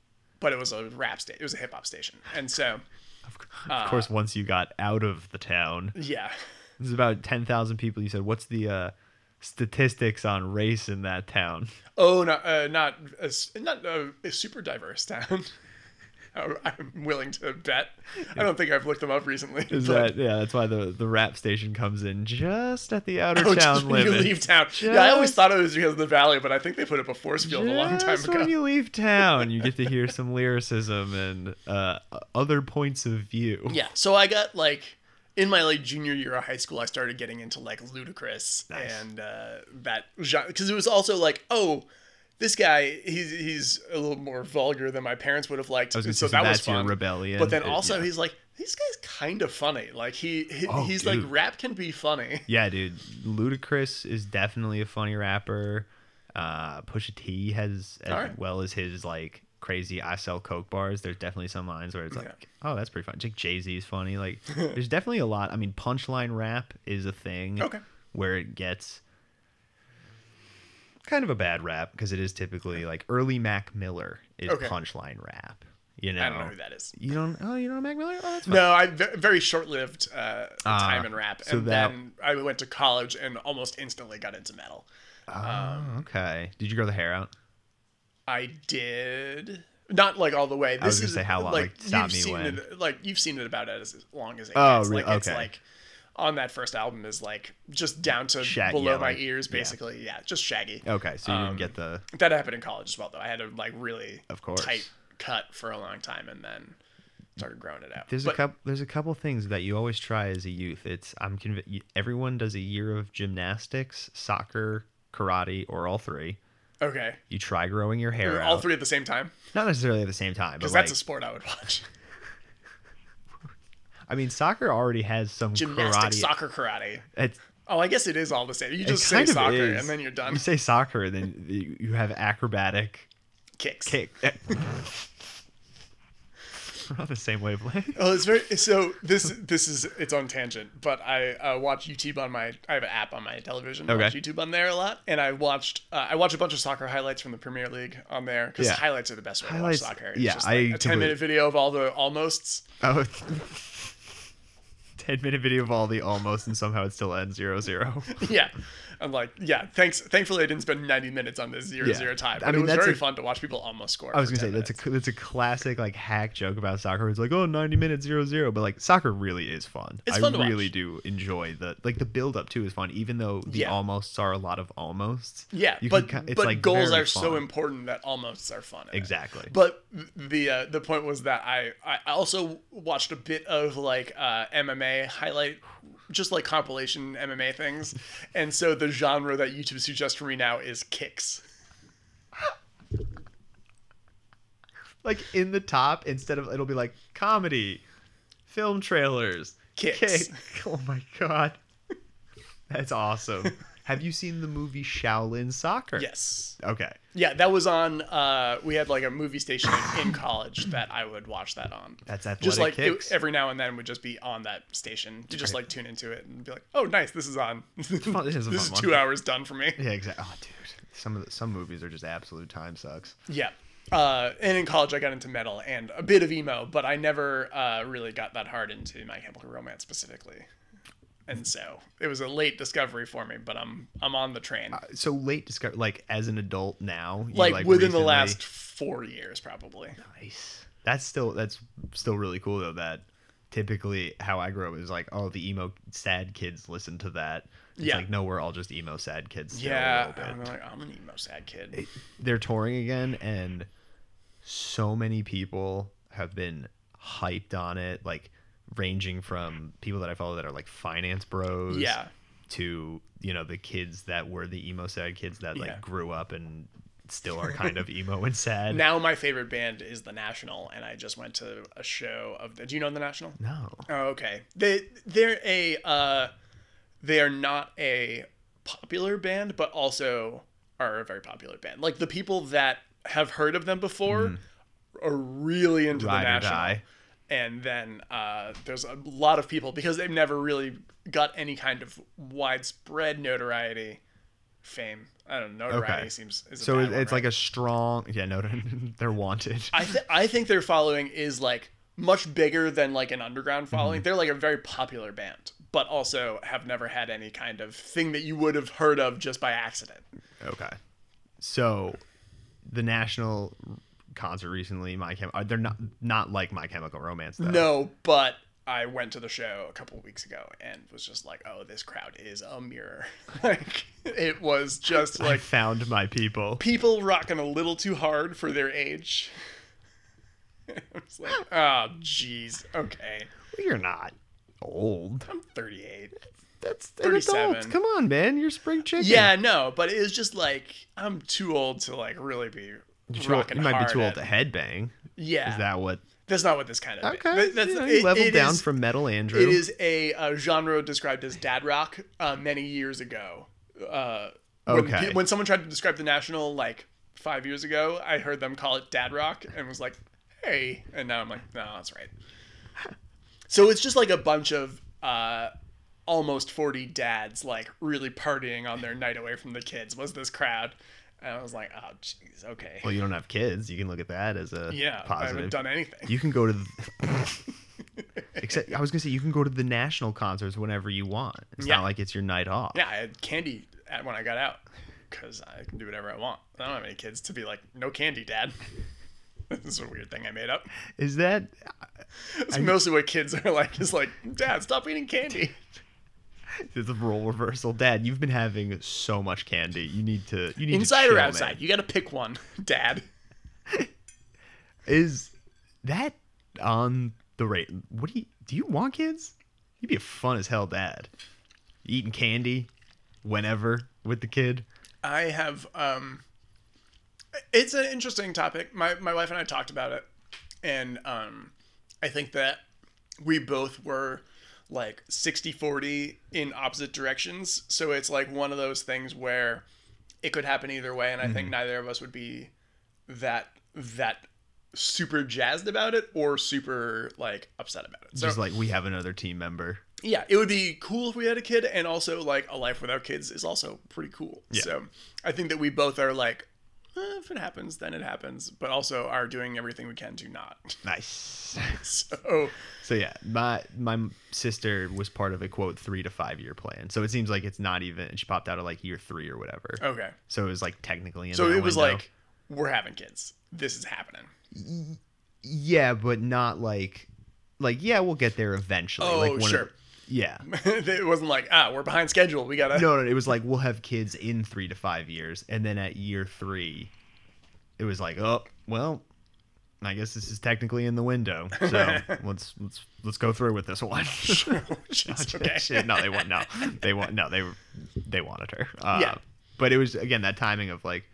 but it was a rap station. It was a hip hop station, and so Of, c- Uh. of course, once you got out of the town, yeah, there's about 10,000 people. You said, what's the uh, statistics on race in that town? oh, not uh, not a, s- not a, a super diverse town. I- I'm willing to bet. I don't think I've looked them up recently. Is but- that, yeah, that's why the, the rap station comes in just at the outer Oh, town just when limit. you leave town. Yeah, I always Just- thought it was because of the valley, but I think they put up a force field a long time Just ago. when you leave town, you get to hear some lyricism and uh, other points of view. Yeah. So I got like in my like junior year of high school, I started getting into like Ludacris Nice. and uh, that genre because it was also like, oh, this guy he's he's a little more vulgar than my parents would have liked. was gonna so say, so that was that's your fun. rebellion. But then It- also yeah. he's like, this guy's kind of funny. Like he, he Oh, he's dude. like rap can be funny. Yeah, dude. Ludacris is definitely a funny rapper. Uh, Pusha T has, as All right. well as his like crazy I sell coke bars. There's definitely some lines where it's like, oh, that's pretty funny. Like Jay Z is funny. Like, there's definitely a lot. I mean, punchline rap is a thing. Okay. Where it gets. kind of a bad rap because it is typically like early Mac Miller is Okay. punchline rap. You know, I don't know who that is. you don't. Oh, you don't know Mac Miller? Oh, that's fine. No, I ve- very short-lived uh, Ah, time in rap, so and that- then I went to college and almost instantly got into metal. Oh, okay. Did you grow the hair out? I did not like all the way. was This gonna is say how long, Like, like, stop you've me seen when. it, like you've seen it about as long as it Oh, gets. really? Like it's Okay. like on that first album is like just down to Shag- below yeah, my like- ears, yeah. Oh. basically. Yeah. just shaggy. Okay, so you Um, didn't get the. That happened in college as well, though. I had a like really Of course. tight cut for a long time, and then started growing it out. There's But- a couple. There's a couple things that you always try as a youth. It's I'm convinced everyone does a year of gymnastics, soccer, karate, or all three. Okay, You try growing your hair all out. three at the same time Not necessarily at the same time, but because like, that's a sport I would watch. I mean, soccer already has some Gymnastics, karate. soccer, karate. It's, Oh, I guess it is all the same. You it just say kind of soccer is. and then you're done. You say soccer, and then you you have acrobatic Kicks. kick. We're on the same wavelength. Oh, it's very so. This this is it's on tangent, but I uh, watch YouTube on my. I have an app on my television. I watch Okay. YouTube on there a lot, and I watched. Uh, I watch a bunch of soccer highlights from the Premier League on there because Yeah. highlights are the best way Highlights- to watch soccer. It's yeah, just I like a ten completely- minute video of all the almosts. Oh. 10 minute video of all the almost and somehow it still ends zero zero. yeah, I'm like, yeah. Thanks. Thankfully, I didn't spend ninety minutes on this zero Yeah. zero I time. But mean, it was that's very a- fun to watch people almost score. I was gonna say that's a cl- that's a classic like hack joke about soccer. It's like oh 90 minutes zero zero, but like soccer really is fun. It's I fun to really watch. do enjoy the like the build up too is fun, even though the Yeah. almosts are a lot of almosts. yeah, You but can ki- but goals very are so fun. important that almosts are fun. in it. Exactly. But the uh, the point was that I I also watched a bit of like uh, MMA highlight, just like compilation MMA things, and so the genre that YouTube suggests for me now is kicks. like in the top instead of it'll be like comedy, film trailers, Kicks. kick- Oh my god, that's awesome. Have you seen the movie Shaolin Soccer? Yes. Okay. Yeah, that was on. Uh, we had like a movie station in college that I would watch that on. That's just like Athletic it- Kicks. every now and then would just be on that station to just like tune into it and be like, oh, nice, this is on. fun- it this is a fun is one. two hours done for me. Yeah. Exactly. Oh, dude. Some of the, some movies are just absolute time sucks. Yeah. Uh, and in college, I got into metal and a bit of emo, but I never uh, really got that hard into My Chemical Romance specifically. And so it was a late discovery for me, but I'm I'm on the train. so late discover like as an adult now Uh, you, like, within recently- the last four years, probably. nice that's still that's still really cool though that typically how i grew up is like oh the emo sad kids listen to that it's Yeah. like no we're all just emo sad kids still Yeah, a I'm little bit. like I'm an emo sad kid. they're touring again and so many people have been hyped on it like ranging from people that i follow that are like finance bros Yeah. to you know the kids that were the emo sad kids that like Yeah. grew up and still are kind of emo and sad Now my favorite band is The National, and I just went to a show of. The, do you know The National? no Oh, okay. They they're a uh, they are not a popular band, but also are a very popular band. Like the people that have heard of them before are really into Hmm. Ride or the national. die. And then uh, there's a lot of people because they've never really got any kind of widespread notoriety, fame. I don't know. Notoriety Okay. seems is a so bad it, one, it's right? like a strong yeah no they're wanted I th- I think their following is like much bigger than like an underground following. They're like a very popular band, but also have never had any kind of thing that you would have heard of just by accident. okay so the national concert recently my chem are they're not not like my chemical romance though No, but I went to the show a couple weeks ago and was just like, "Oh, this crowd is a mirror." like it was just i like found my people people rocking a little too hard for their age. I was like, "Oh, jeez. Okay. you're not old I'm 38." that's an adult 37. come on man you're spring chicken Yeah, no, but it was just like I'm too old to like really be. You're too old- rocking you might hard be too old at- to headbang yeah, is that what that's not what this kind of. okay that- that's you know, you it- leveled it down is- from metal andrew It is a, uh genre described as dad rock uh, many years ago. Uh, when Okay. pe- when someone tried to describe the National like five years ago, I heard them call it dad rock and was like, "Hey," and now I'm like, "No, that's right." So it's just like a bunch of. Uh, almost 40 dads like really partying on their night away from the kids was this crowd And I was like, oh, jeez, okay. Well, you don't have kids. You can look at that as a yeah, I haven't positive. done anything. You can go to the, except I was gonna say you can go to the national concerts whenever you want. It's Yeah. not like it's your night off. Yeah, I had candy at when I got out because I can do whatever I want. I don't have any kids to be like, no candy, dad. this is a weird thing I made up. Is that It's mostly what kids are like is like, dad, stop eating candy. it's a role reversal, Dad? You've been having so much candy. You need to you need to Inside chill, or man. outside? You got to pick one, dad. Is that on the rate? What do you do? You want kids? You'd be a fun as hell dad. Eating candy whenever with the kid. I have um it's an interesting topic. My my wife and I talked about it and um I think that we both were like 60/40 in opposite directions. So it's like one of those things where it could happen either way and I think neither of us would be that that super jazzed about it or super like upset about it. So Just like we have another team member. yeah, it would be cool if we had a kid, and also like a life without kids is also pretty cool. So I think that we both are like, eh, if it happens, then it happens, but also are doing everything we can to not. Nice. so So yeah, my my sister was part of a quote three to five year plan. So it seems like it's not even. She popped out of like year three or whatever. okay, So it was like technically. In Oh. so that it was window. like we're having kids. This is happening. yeah, but not like like yeah, we'll get there eventually. Oh, like one of- sure. yeah. it wasn't like ah, we're behind schedule. We gotta. No, no, it was like we'll have kids in three to five years, and then at year three, it was like, oh, well, I guess this is technically in the window. So let's let's let's go through with this one. Which is okay. Shit, no, they want no, they want no, they they wanted her. Uh, Yeah. but it was again that timing of like,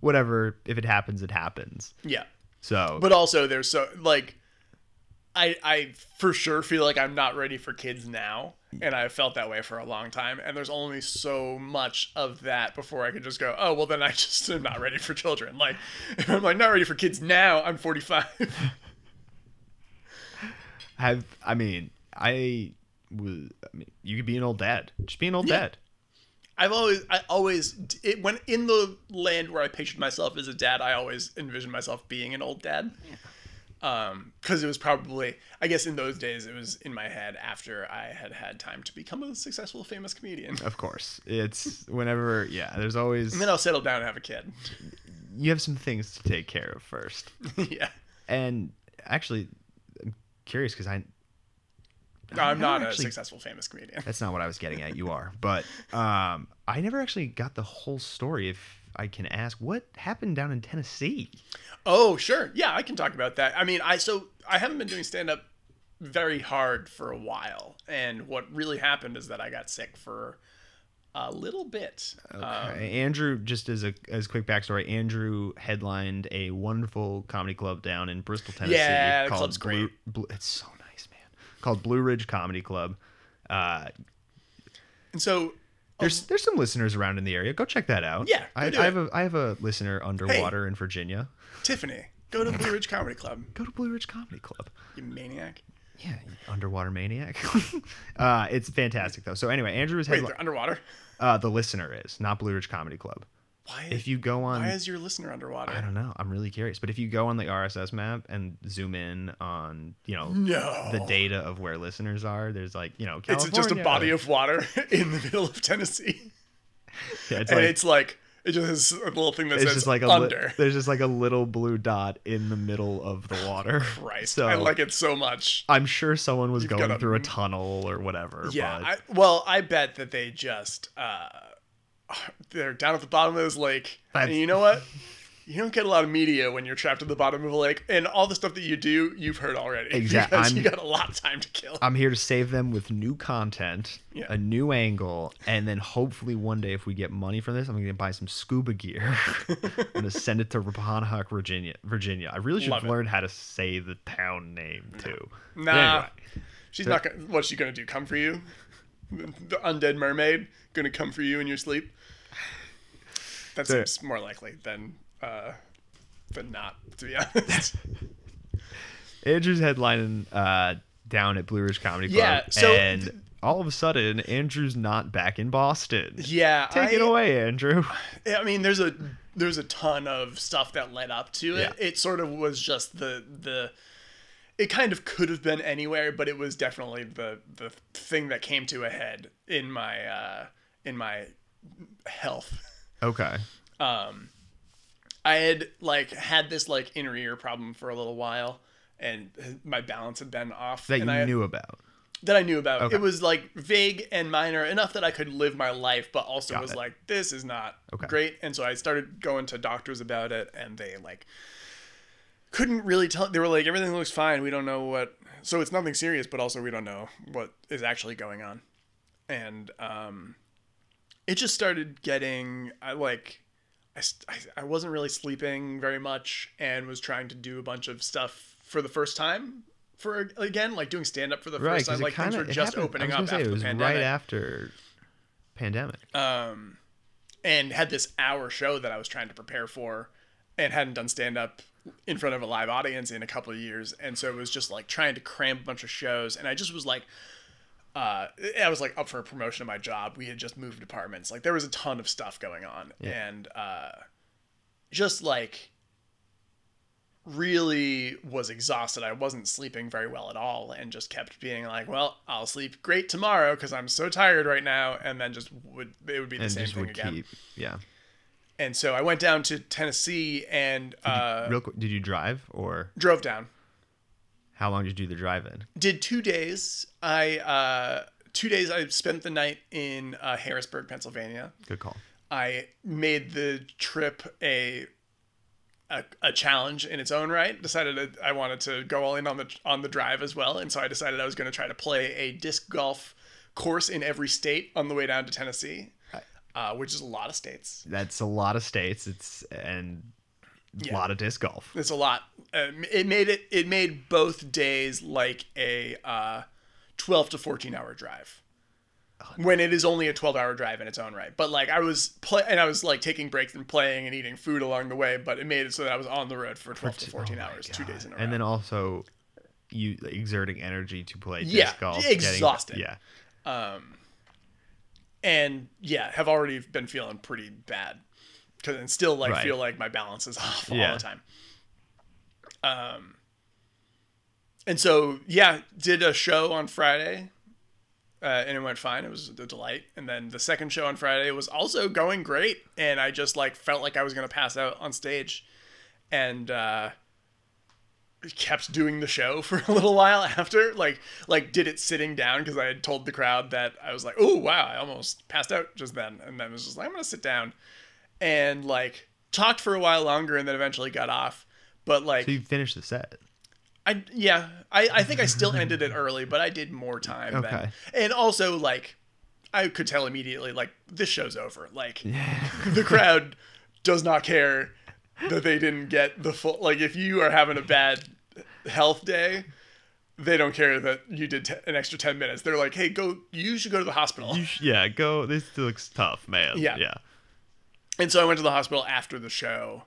whatever, if it happens, it happens. Yeah. So but also there's so like I I for sure feel like I'm not ready for kids now and I've felt that way for a long time and there's only so much of that before I could just go oh well then I just am not ready for children like if I'm like not ready for kids now I'm 45 have I mean I was I mean, you could be an old dad, just be an old Yeah. dad. I've always I always it, when in the land where I pictured myself as a dad I always envisioned myself being an old dad Um 'cause because it was probably I guess in those days it was in my head after I had had time to become a successful famous comedian Of course, it's whenever yeah. There's always And then I'll settle down and have a kid. you have some things to take care of first. yeah. And actually, I'm curious because I. No, never I'm not a actually- successful famous comedian. That's not what I was getting at. You are, but um, I never actually got the whole story. If I can ask, what happened down in Tennessee? Oh, sure. Yeah, I can talk about that. I mean, I so I haven't been doing stand up very hard for a while. And what really happened is that I got sick for a little bit. Uh, Um, Andrew, just as a as quick backstory, Andrew headlined a wonderful comedy club down in Bristol, Tennessee. Yeah, the called club's Blue, Blue- it's so nice, man. Called Blue Ridge Comedy Club. Uh, and so There's there's some listeners around in the area. Go check that out. Oh. Yeah, go I, do I have a I have a listener underwater in Virginia. Tiffany, go to Blue Ridge Comedy Club. Go to Blue Ridge Comedy Club. You maniac. Yeah, you underwater maniac. uh, it's fantastic though. So anyway, Andrew is Wait, headli- they're underwater. uh, the listener is not Blue Ridge Comedy Club. Why? If you go on, why is your listener I underwater? don't know. I'm really curious. But if you go on the RSS map and zoom in on you know No. the data of where listeners are, there's like you know Hmm. it's California. just a body of water in the middle of Tennessee. Yeah, it's and like- it's like it just has a little thing that It's says just like a li- under. Oh, there's just like a little blue dot in the middle of the water. Christ, So I like it so much. I'm sure someone was going got a- through a tunnel or whatever. Yeah, but I, well, I bet that they just uh, they're down at the bottom of this lake, and That's- you know what? You don't get a lot of media when you're trapped at the bottom of a lake, and all the stuff that you do, you've heard already. Exact- because I'm- Uh, you got a lot of time to kill. I'm here to save them with new content, Yeah. a new angle, and then hopefully one day if we get money from this, I'm going to buy some scuba gear. I'm going to send it to Rappahannock, Virginia. Virginia. I really should Love it. learn how to say the town name too. But nah, anyway, she's not gonna. What's she gonna do? Come for you? The undead mermaid gonna come for you in your sleep? That There- seems more likely than uh, than not, to be honest. Andrew's headlining uh, down at Blue Ridge Comedy Club, Yeah, so and th- all of a sudden, Andrew's not back in Boston. yeah, Take it I- away, Andrew. Yeah, I mean, there's a there's a ton of stuff that led up to it. It sort of was just the the it kind of could have been anywhere, but it was definitely the the thing that came to a head in my uh in my health. Okay. I had like had this like inner ear problem for a little while and my balance had been off That and you I, knew about. that I knew about. Okay. It was like vague and minor enough that I could live my life, but also Got was it. like, this is not Okay. great. And so I started going to doctors about it, and they like couldn't really tell. They were like, everything looks fine. We don't know what. So it's nothing serious, but also we don't know what is actually going on. And um, it just started getting. I like. I, st- I, I wasn't really sleeping very much and was trying to do a bunch of stuff for the first time for again like doing stand up for the Right, first time because like it kind things of were just opening I up was gonna say, after it was the pandemic right after pandemic. um, and had this hour show that I was trying to prepare for and hadn't done stand up in front of a live audience in a couple of years. And so it was just like trying to cram a bunch of shows. And I just was like, uh, I was like up for a promotion of my job. We had just moved apartments. Like there was a ton of stuff going on. And uh, just like really was exhausted. I wasn't sleeping very well at all and just kept being like, well, I'll sleep great tomorrow because I'm so tired right now. And then just would, it would be the and same just thing would again. keep. Yeah. And so I went down to Tennessee and uh, Real quick, did you drive or drove down. how long did you do the drive in? Did two days. I uh, two days. I spent the night in uh, Harrisburg, Pennsylvania. Good call. I made the trip a, a a challenge in its own right. Decided that I wanted to go all in on the on the drive as well, and so I decided I was going to try to play a disc golf course in every state on the way down to Tennessee, uh, which is a lot of states. That's a lot of states. It's and a lot of disc golf. It's a lot. Um, it made it. It made both days like a uh, twelve to fourteen hour drive. When it is only a twelve hour drive in its own right, but like I was play and I was like taking breaks and playing and eating food along the way, but it made it so that I was on the road for twelve to oh fourteen hours, two days in a row. Oh And then also you exerting energy to play Yeah, disc golf. exhausted. Getting, yeah. and yeah, have already been feeling pretty bad, cause and still like Right. feel like my balance is off all Yeah. the time. Um, and so yeah, did a show on Friday, uh, and it went fine. It was a delight. And then the second show on Friday was also going great, and I just like felt like I was gonna pass out on stage, and uh, kept doing the show for a little while after like like did it sitting down because i had told the crowd that i was like oh wow i almost passed out just then and then was just like i'm gonna sit down and like talked for a while longer and then eventually got off but like So you finished the set. i yeah i i think i still ended it early but i did more time Okay. then. and also like i could tell immediately like this show's over like the crowd does not care that they didn't get the full like if you are having a bad health day they don't care that you did te- an extra 10 minutes they're like hey go you should go to the hospital You sh- yeah, go. This looks tough, man. Yeah. Yeah. and so i went to the hospital after the show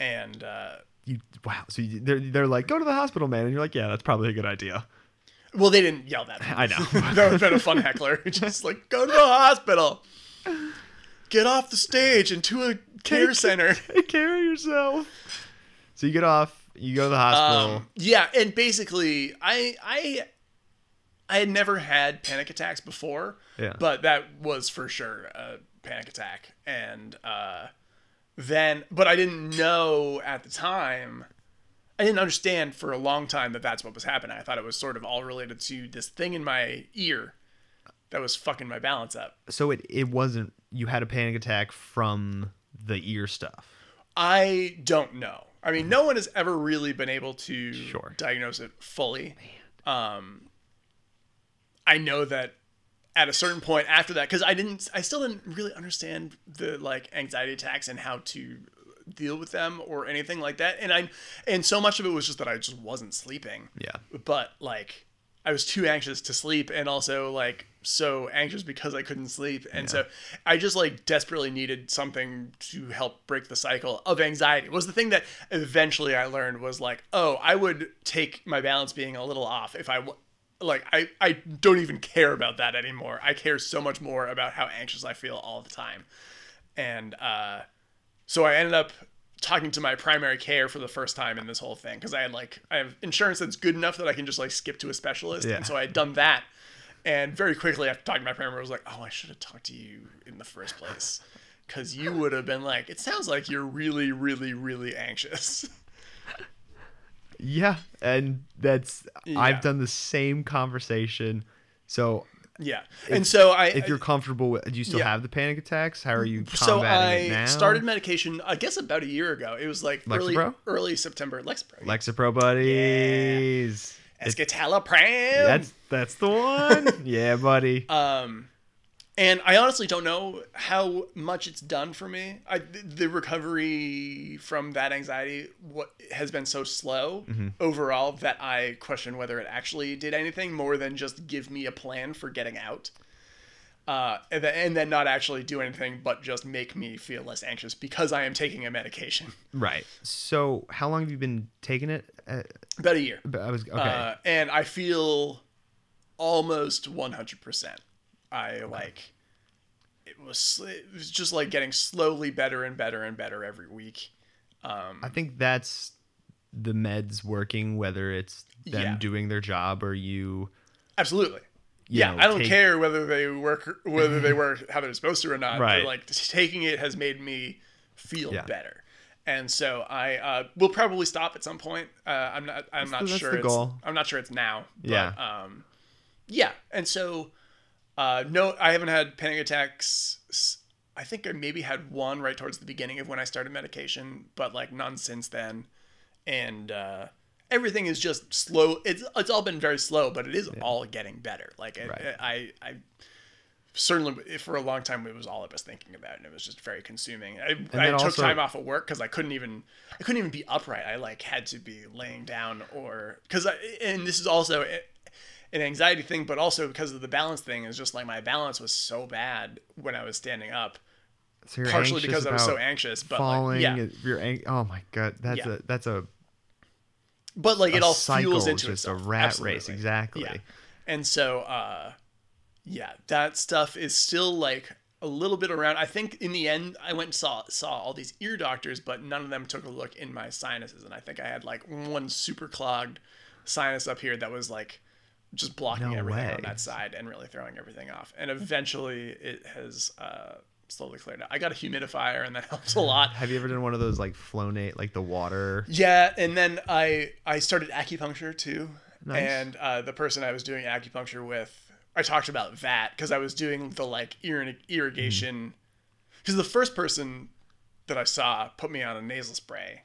and uh You wow. So you, they're they're like go to the hospital, man, and you're like, yeah, that's probably a good idea. well they didn't yell that I know. that would have been a fun heckler just like go to the hospital get off the stage and to a care center Take care of yourself. So you get off. You go to the hospital. Um, yeah, and basically, I I I had never had panic attacks before, Yeah. but that was for sure a panic attack, and uh, then but I didn't know at the time. I didn't understand for a long time that that's what was happening. I thought it was sort of all related to this thing in my ear that was fucking my balance up. so it it wasn't. You had a panic attack from the ear stuff. I don't know. I mean, no one has ever really been able to Sure. diagnose it fully. Um, I know that at a certain point after that, because I didn't, I still didn't really understand the like anxiety attacks and how to deal with them or anything like that. And I, and so much of it was just that I just wasn't sleeping Yeah. but like I was too anxious to sleep and also like so anxious because I couldn't sleep. And so I just like desperately needed something to help break the cycle of anxiety. It was the thing that eventually I learned was like, oh, I would take my balance being a little off if I w- like I I don't even care about that anymore. I care so much more about how anxious I feel all the time. And uh So I ended up talking to my primary care for the first time in this whole thing because I had like I have insurance that's good enough that I can just like skip to a specialist, Yeah. and so I had done that. And very quickly after talking to my primary, I was like, "Oh, I should have talked to you in the first place, because you would have been like, it sounds like you're really, really, really anxious." Yeah, and that's Yeah. I've done the same conversation. So yeah, and so I if you're comfortable with, do you still Uh, Yeah. have the panic attacks? How are you so combating it I now? started medication, I guess about a year ago. It was like early, Lexapro? early September. Lexapro. Lexapro buddies. Escitalopram. That's that's the one. yeah, buddy. Um, and I honestly don't know how much it's done for me. I th- the recovery from that anxiety what has been so slow overall that I question whether it actually did anything more than just give me a plan for getting out. Uh, and, then, and then not actually do anything but just make me feel less anxious because I am taking a medication. right. So how long have you been taking it? Uh, About a year. but I was okay. Uh, and I feel almost 100%. I like it was it was just like getting slowly better and better and better every week. I think that's the meds working, whether it's them Yeah. doing their job or you. Absolutely. You yeah, know, I don't take- care whether they work whether they work how they're supposed to or not. but, Right. Like taking it has made me feel Yeah. better. And so I uh, will probably stop at some point. Uh, I'm not. I'm not the- that's sure. the it's, goal. I'm not sure it's now. But, Yeah. Um, yeah. And so, uh, no, I haven't had panic attacks. s- I think I maybe had one right towards the beginning of when I started medication, but like none since then. And uh, everything is just slow. It's it's all been very slow, but it is all getting better. Like I, Right. I, I, certainly for a long time it was all I was thinking about, and it was just very consuming. I, I then took also- time off of work because I couldn't even I couldn't even be upright. I like had to be laying down or because I and this is also a- an anxiety thing, but also because of the balance thing is just like my balance was so bad when I was standing up, So you're partially anxious because I was so about anxious. But falling. like, yeah, if You're ang- oh my god, that's Yeah. a that's a but like it a all cycle, fuels into just itself. a rat race. Absolutely. Exactly. Yeah. And so uh yeah, that stuff is still like a little bit around. I think in the end I went and saw saw all these ear doctors, but none of them took a look in my sinuses and I think I had like one super clogged sinus up here that was like just blocking No everything way. on that side and really throwing everything off. And eventually it has uh slowly cleared up. I got a humidifier and that helps a lot. Have you ever done one of those like Flonate, like the water? Yeah, and then I I started acupuncture too, Nice. and uh, the person I was doing acupuncture with, I talked about that because I was doing the like ir- irrigation, Mm-hmm. because the first person that I saw put me on a nasal spray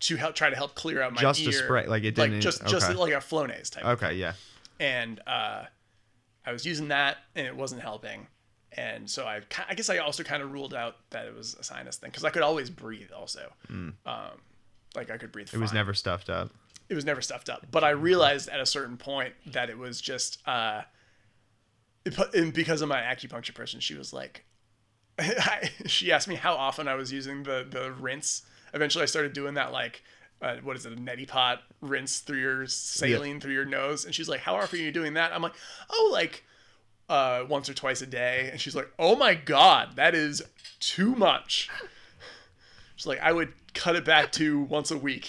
to help try to help clear out my Just a ear, spray, like it like didn't- e-, just just okay. like a Flonase type, of Okay, yeah. and uh, I was using that and it wasn't helping. And so I, ki- I guess I also kind of ruled out that it was a sinus thing because I could always breathe also. Um, like I could breathe. Mm. It was never stuffed up. it was never stuffed up. But I realized at a certain point that it was just uh, it put- and because of my acupuncture person, she was like, she asked me how often I was using the the rinse. Eventually, I started doing that like. Uh, what is it? A neti pot rinse through your saline through your nose, and she's like, "How often are you doing that?" I'm like, "Oh, like uh, once or twice a day." And she's like, "Oh my god, that is too much." She's like, "I would cut it back to once a week."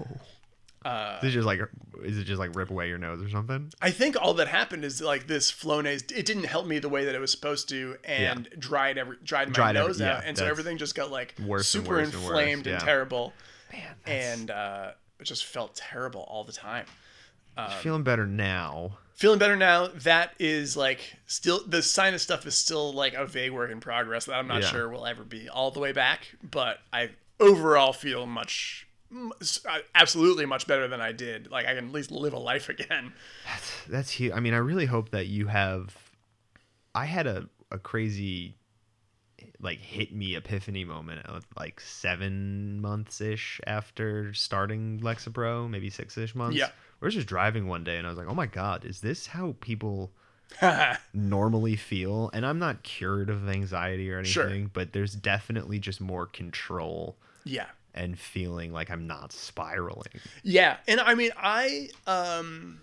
Is it just like is it just like rip away your nose or something? I think all that happened is like this Flonase. It didn't help me the way that it was supposed to, and dried every dried my Dried every- nose out, yeah, and so that's everything just got like worse and super worse and worse, inflamed and, yeah. terrible, Man, and uh, it just felt terrible all the time. um, feeling better now. Feeling better now. That is like still the sinus stuff is still like a vague work in progress that I'm not Yeah. sure will ever be all the way back. But I overall feel much, m- s- uh, absolutely much better than I did. Like I can at least live a life again. That's that's huge. I mean, I really hope that you have. I had a a crazy, like hit me epiphany moment at like seven months ish after starting Lexapro, maybe six ish months. Yeah. we were just driving one day, and I was like, "Oh my god, is this how people?" normally feel and i'm not cured of anxiety or anything Sure. but there's definitely just more control yeah. and feeling like i'm not spiraling Yeah, and I mean, I um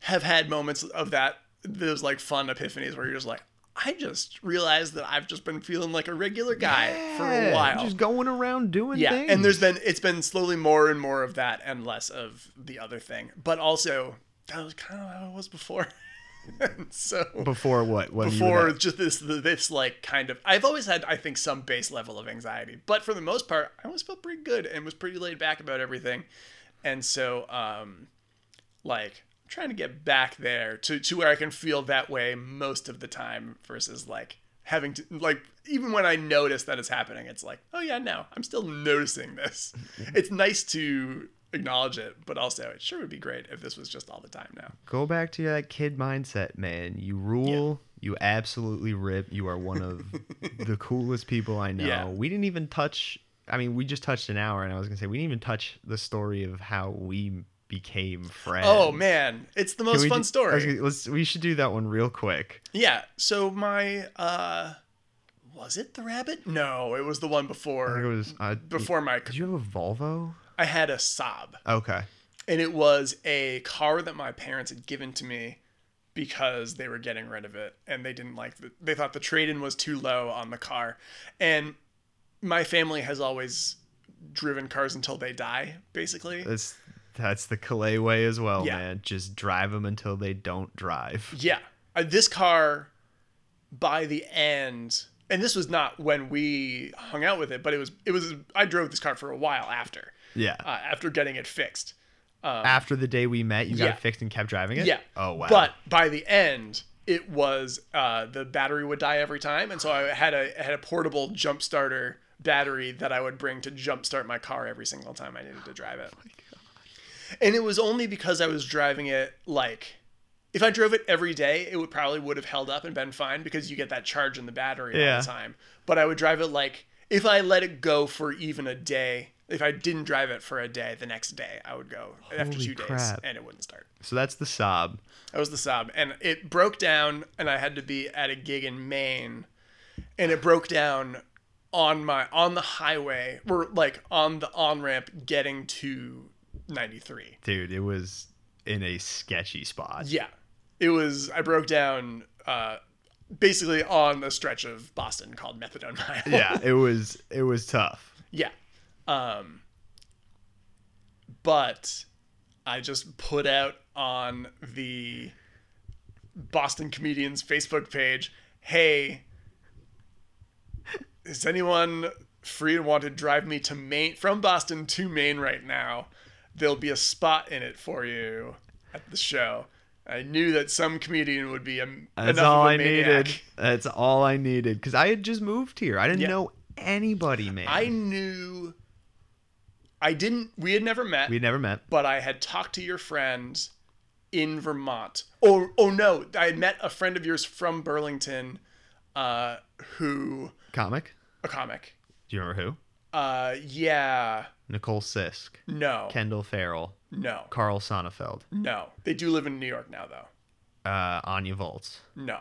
have had moments of that those like fun epiphanies where you're just like, I just realized that I've just been feeling like a regular guy for a Yeah, while. Just going around doing yeah, things. and there's been it's been slowly more and more of that and less of the other thing. But also that was kind of how it was before. And so Before what? When you would before have- just this this like kind of I've always had I think some base level of anxiety, but for the most part I always felt pretty good and was pretty laid back about everything, and so um, like I'm trying to get back there to to where I can feel that way most of the time versus like having to like even when I notice that it's happening, it's like oh yeah no I'm still noticing this. it's nice to acknowledge it, but also it sure would be great if this was just all the time now. go back to that kid mindset, man. You rule. You absolutely rip. You are one of the coolest people I know. Yeah. We didn't even touch. I mean, we just touched an hour, and I was gonna say we didn't even touch the story of how we became friends. Oh man, it's the Can most we fun do- story. I was gonna- let's we should do that one real quick. Yeah. So my uh was it the rabbit? No, it was the one I think it before was uh, before my Did you have a Volvo? I had a sob. Okay. And it was a car that my parents had given to me because they were getting rid of it and they didn't like the, they thought the trade-in was too low on the car. And my family has always driven cars until they die, basically. That's that's the Calais way as well, Yeah. man. Just drive them until they don't drive. Yeah. Uh, this car, by the end, and this was not when we hung out with it, but it was, it was, I drove this car for a while after, Yeah. uh, after getting it fixed. After the day we met, you got Oh. yeah. it fixed and kept driving it. Yeah. Oh wow. But by the end, it was, uh, the battery would die every time. And so I had a, I had a portable jump starter battery that I would bring to jump start my car every single time I needed to drive Oh, it. and it was only because I was driving it like if I drove it every day, it would probably would have held up and been fine because you get that charge in the battery all Yeah. the time. But I would drive it like if I let it go for even a day, if I didn't drive it for a day, the next day I would go after Holy two days crap. and it wouldn't start. so that's the sob. That was the sob. And it broke down and I had to be at a gig in Maine and it broke down on my on the highway or like on the on ramp getting to 93. Dude, it was in a sketchy spot. Yeah. It was I broke down uh basically on the stretch of Boston called Methadone Mile. Yeah, it was it was tough. yeah. Um but I just put out on the Boston Comedians Facebook page, "Hey, is anyone free and want to drive me to Maine from Boston to Maine right now? There'll be a spot in it for you at the show." I knew that some comedian would be a, That's enough of all a I maniac. needed. That's all I needed cuz I had just moved here. I didn't Yeah. know anybody, man. I knew I didn't we had never met, we never met. but I had talked to your friend in Vermont. Oh oh no, I had met a friend of yours from Burlington uh who Comic? a comic. Do you remember who? Uh yeah, Nicole Sisk, no. Kendall Farrell, no. Carl Sonnefeld, No. They do live in New York now though. uh, Anya Volz, No.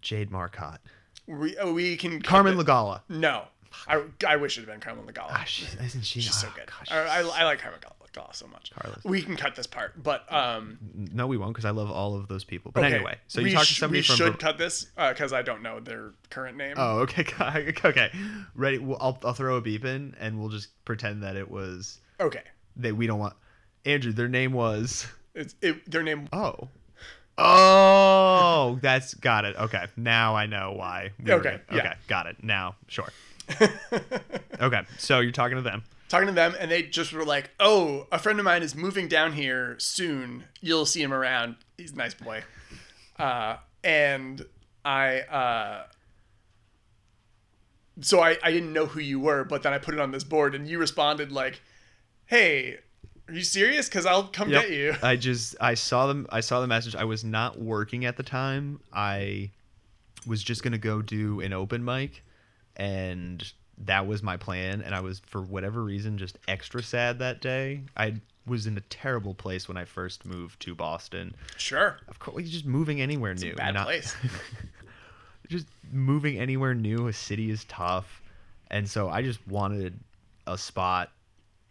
Jade Marcotte, We oh, we can Carmen Lagala. No. I, I wish it had been Carmen Lagala. Ah, she's, isn't she? She's so oh, good. gosh, I, I, I like Carmen Lagala so much. Carlos. We can cut this part, but um No, we won't because I love all of those people. But Okay, anyway, so you we talked to sh- somebody we from. should Ver- cut this because I don't know their current name. oh, okay, okay. Ready? Well, I'll, I'll throw a beep in, and we'll just pretend that it was Okay, that we don't want. Andrew, their name was. it's it, their name. Oh. Oh, that's got it. Okay, now I know why. we were Okay, good. yeah. okay, got it. Now, sure. okay, so you're talking to them. Talking to them, and they just were like, "Oh, a friend of mine is moving down here soon. You'll see him around. He's a nice boy." Uh, and I, uh, so I, I didn't know who you were, but then I put it on this board, and you responded like, "Hey, are you serious? Because I'll come Yep. Uh, get you." I just I saw them I saw the message. I was not working at the time. I was just gonna go do an open mic and that was my plan and I was for whatever reason just extra sad that day. I was in a terrible place when I first moved to Boston. Sure. Of course, like, just moving anywhere new. Bad not- place. just moving anywhere new, a city is tough. And so I just wanted a spot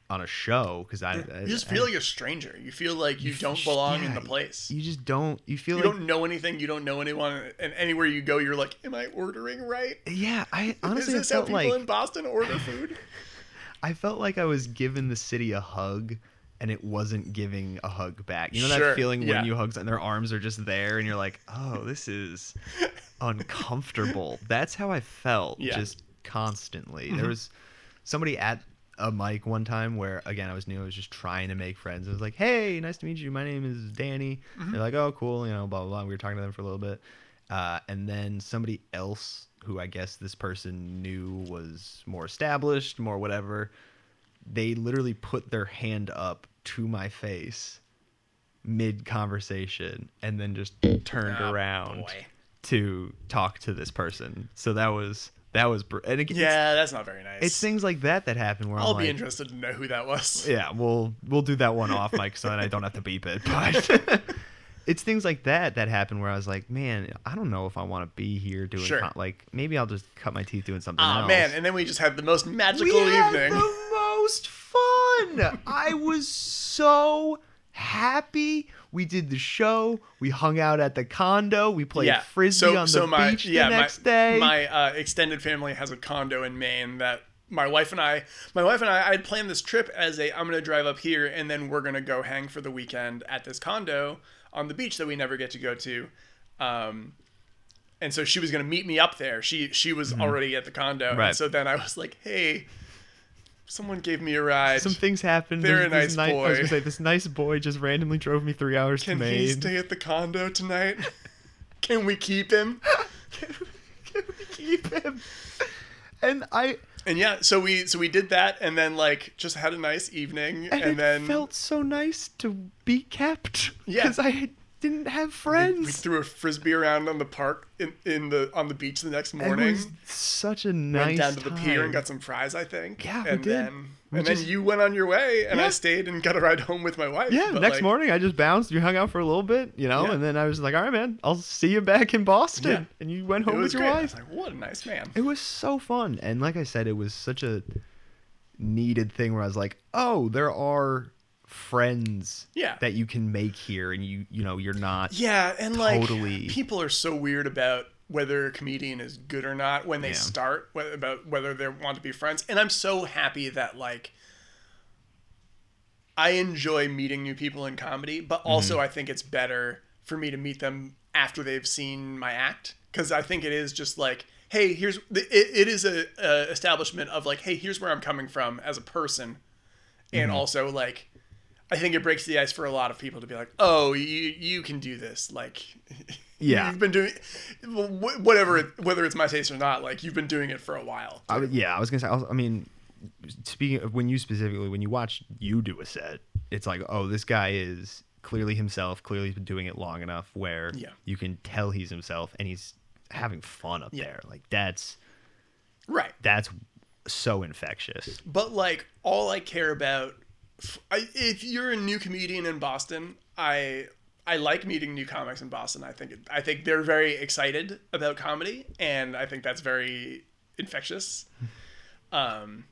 on a show because I, I You just I- feel like a stranger. You feel like you, f- don't belong yeah, in the place. You, you just don't you feel like don't know anything. You don't know anyone. And anywhere you go, you're like, "Am I ordering right? yeah I honestly Is this it how felt people like in Boston order food?" I felt like I was giving the city a hug and it wasn't giving a hug back. You know Sure, that feeling yeah. when you hug and their arms are just there and you're like, "Oh, this is uncomfortable." That's how I felt Yeah. Mm-hmm. just constantly. There was somebody at a mic one time where again I was new, I was just trying to make friends. I was like, "Hey, nice to meet you. My name is Danny." Mm-hmm. They're like, "Oh, cool." You know, blah blah blah. We were talking to them for a little bit, uh, and then somebody else who I guess this person knew was more established, more whatever. They literally put their hand up to my face mid conversation and then just turned Ah, around boy. to talk to this person. So that was that was br- and again, yeah, that's not very nice. it's, it's things like that that happen where I'll am be like, interested to know who that was. yeah, we'll we'll do that one off mic so that I don't have to beep it. But it's things like that that happen where I was like, man, I don't know if I want to be here doing Sure. con- like maybe I'll just cut my teeth doing something Ah, else. man, and then we just had the most magical we had evening. the most fun. I was so happy. We did the show. We hung out at the condo. We played frisbee on the beach the next my, day. My uh, extended family has a condo in Maine that my wife and I, my wife and I, I had planned this trip as a I'm gonna drive up here and then we're gonna go hang for the weekend at this condo on the beach that we never get to go to. Um, and so she was gonna meet me up there. She she was already at the condo, and Mm-hmm. Right. so then I was like, hey, someone gave me a ride. some things happened. They're There's a this nice ni- I was boy. gonna say this nice boy just randomly drove me three hours Can to he Maine. stay at the condo tonight? Can we keep him? Can we keep him? And I And yeah, so we so we did that, and then like just had a nice evening, and, and, it then felt so nice to be kept Yeah. because I didn't have we friends. threw a frisbee around on the park in, in the on the beach the next It morning. was such a nice went down to the pier time. and got some fries, I think. Yeah, we and did. then We and just- then you went on your way, and I Yeah. stayed and got a ride home with my wife. Yeah, but, next like, morning I just bounced. We hung out for a little bit, you know, Yeah. and then I was like, "All right, man, I'll see you back in Boston." Yeah. And you went it home was with great. your I wife. was like, what a nice man. It was so fun, and like I said, it was such a needed thing where I was like, "Oh, there are friends Yeah. that you can make here, and you you know you're not Yeah, and like Totally. people are so weird about whether a comedian is good or not when they Yeah. start wh- about whether they want to be friends. And I'm so happy that like I enjoy meeting new people in comedy, but Mm-hmm. also I think it's better for me to meet them after they've seen my act because I think it is just like, hey, here's it, it is a, a establishment of like, hey, here's where I'm coming from as a person, and Mm-hmm. also like. I think it breaks the ice for a lot of people to be like, "Oh, you you can do this." Like, Yeah. you've been doing wh- whatever, it, whether it's my taste or not. Like, you've been doing it for a while. I, was- yeah, I was gonna say. I, was, I mean, speaking of when you specifically, when you watch you do a set, it's like, oh, this guy is clearly himself. Clearly, he's been doing it long enough where Yeah. you can tell he's himself, and he's having fun up there. Like that's Right. that's so infectious. But like, all I care about, f I if you're a new comedian in Boston, I I like meeting new comics in Boston. I think it- I think they're very excited about comedy, and I think that's very infectious. Um,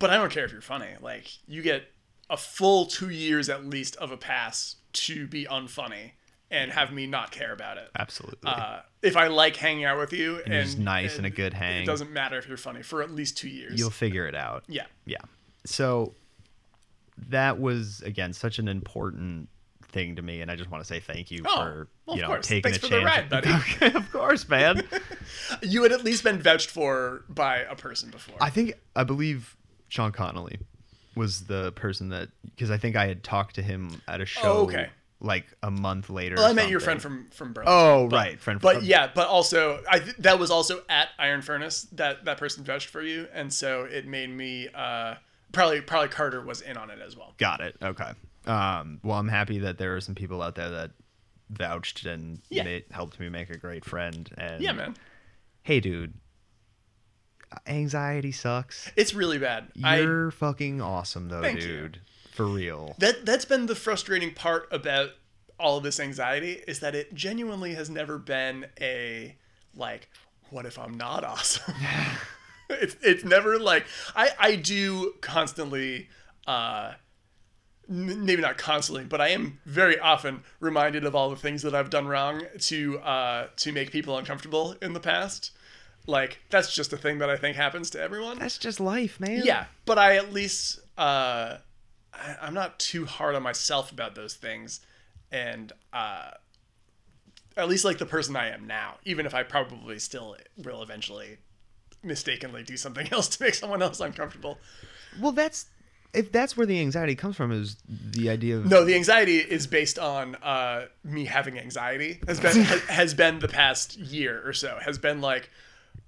but I don't care if you're funny. Like, you get a full two years at least of a pass to be unfunny and have me not care about it. Absolutely, Uh, if I like hanging out with you, and, it's nice and a good It hang. doesn't matter if you're funny for at least two years. You'll figure it out. yeah. Yeah. So that was again such an important thing to me, and I just want to say thank you Oh, for well, you of know course. taking Thanks a for the chance. ride, buddy. okay, of course, man. You had at least been vouched for by a person before. I think I believe Sean Connolly was the person that because I think I had talked to him at a show. Oh, okay. Like a month later. well, or I met your something. friend from from Berlin. Oh right, friend. But from, yeah, but also I th- that was also at Iron Furnace that that person vouched for you, and so it made me uh, probably probably Carter was in on it as well. Got it. Okay. Um, well, I'm happy that there are some people out there that vouched and Yeah. made, helped me make a great friend. And Yeah, man, Hey, dude. uh, Anxiety sucks. it's really bad. I You're fucking awesome though, Thank you. dude. For real. that that's been the frustrating part about all of this anxiety is that it genuinely has never been a like, what if I'm not awesome? it's it's never like I I do constantly uh n- maybe not constantly but I am very often reminded of all the things that I've done wrong to uh to make people uncomfortable in the past. Like that's just a thing that I think happens to everyone. That's just life, man. Yeah, but I at least uh, I, I'm not too hard on myself about those things, and uh, at least like the person I am now, even if I probably still will eventually mistakenly do something else to make someone else uncomfortable. Well, that's if that's where the anxiety comes from is the idea of No, the anxiety is based on uh, me having anxiety. Has been has been the past year or so. Has been like.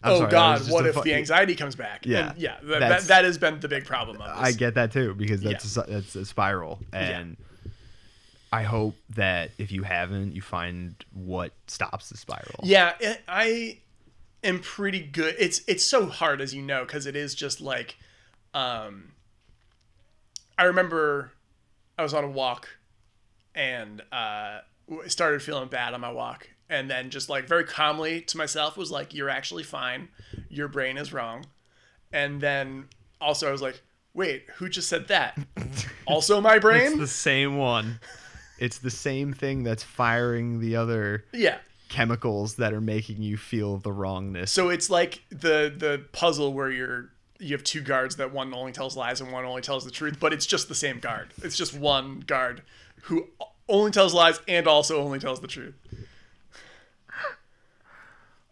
oh sorry, that was God! just What a if fu- the anxiety comes back? Yeah, And yeah. That, that, that's- that has been the big problem. Of this. I get that too because that's a, that's a spiral, and I hope that if you haven't, you find what stops the spiral. Yeah, it, I am pretty good. It's it's so hard as you know because it is just like, um, I remember I was on a walk and uh, w- started feeling bad on my walk, and then just like very calmly to myself was like, "You're actually fine. Your brain is wrong." And then also I was like, "Wait, who just said that?" also my It's brain. the same one. It's the same thing that's firing the other yeah. chemicals that are making you feel the wrongness. So it's like the the puzzle where you're you have two guards that one only tells lies and one only tells the truth, but it's just the same guard. It's just one guard who o- only tells lies and also only tells the truth.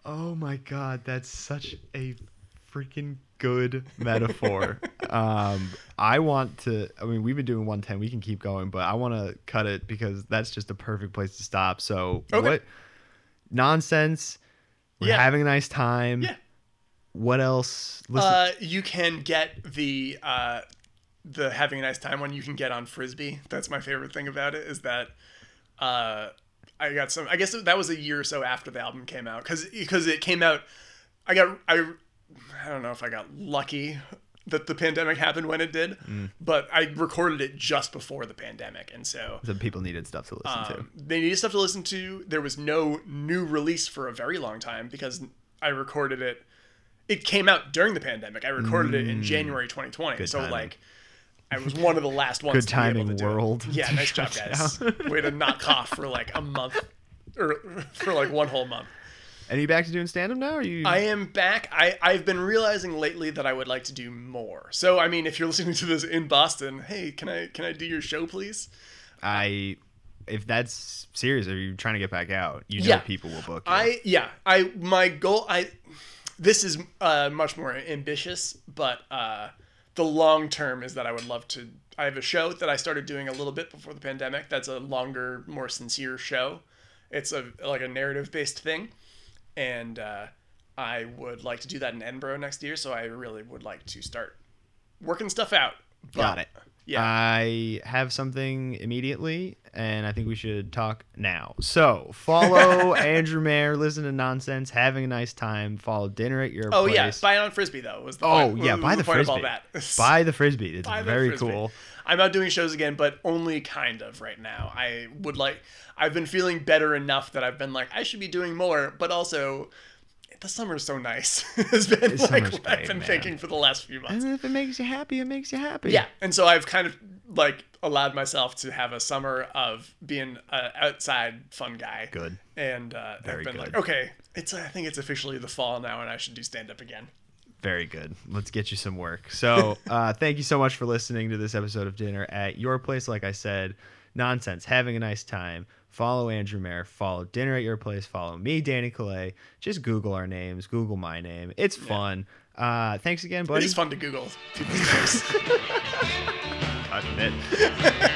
Oh my god, that's such a freaking good metaphor. um, I want to. I mean, we've been doing 110. We can keep going, but I want to cut it because that's just the perfect place to stop. So Okay. what nonsense? We're Yeah. having a nice time. Yeah. What else? Listen, Uh, you can get the uh, the having a nice time one you can get on frisbee. That's my favorite thing about it is that uh, I got some. I guess that was a year or so after the album came out because it came out. I got I I don't know if I got lucky that the pandemic happened when it did, but I recorded it just before the pandemic, and so some people needed stuff to listen to. Uh, um, they needed stuff to listen to. There was no new release for a very long time because I recorded it. It came out during the pandemic. I recorded it in January 2020. so Mm. timing. like, I was one of the last ones. Good to be able timing, to do it. world. Yeah, to nice job, shut guys. down. Way to not cough for like a month, or for like one whole month. And you back to doing stand up now? Or you? I am back. I, I've been realizing lately that I would like to do more. So I mean, if you're listening to this in Boston, hey, can I can I do your show, please? I- if that's serious, are you trying to get back out? You know, Yeah. people will book. You. I yeah, I my goal I this is uh much more ambitious, but uh the long term is that I would love to I have a show that I started doing a little bit before the pandemic. That's a longer, more sincere show. It's a like a narrative based thing. And uh I would like to do that in Edinburgh next year, so I really would like to start working stuff out. But- Got it. Yeah. I have something immediately, and I think we should talk now. So follow Andrew Mayer, listen to nonsense, having a nice time. Follow dinner at your Oh place. yeah, buy it on frisbee though was the oh point, yeah, was buy the, point of frisbee. all that. Buy the frisbee. It's Buy the very Frisbee. cool. I'm out doing shows again, but only kind of right now. I would like. I've been feeling better enough that I've been like, I should be doing more, but also, the summer's so nice. has been like summer's what I've great, been man. thinking for the last few months. And if it makes you happy, it makes you happy. Yeah, and so I've kind of like allowed myself to have a summer of being an outside fun guy. Good. And uh, I've Very been good. like, okay, it's I think it's officially the fall now, and I should do stand up again. Very good. Let's get you some work. So, uh, thank you so much for listening to this episode of Dinner at Your Place. Like I said, nonsense, having a nice time. Follow Andrew Mayer. Follow Dinner at Your Place. Follow me, Danny Calais. Just Google our names. Google my name. It's fun. Uh, thanks again, buddy. It is fun to Google people's names. Cut it.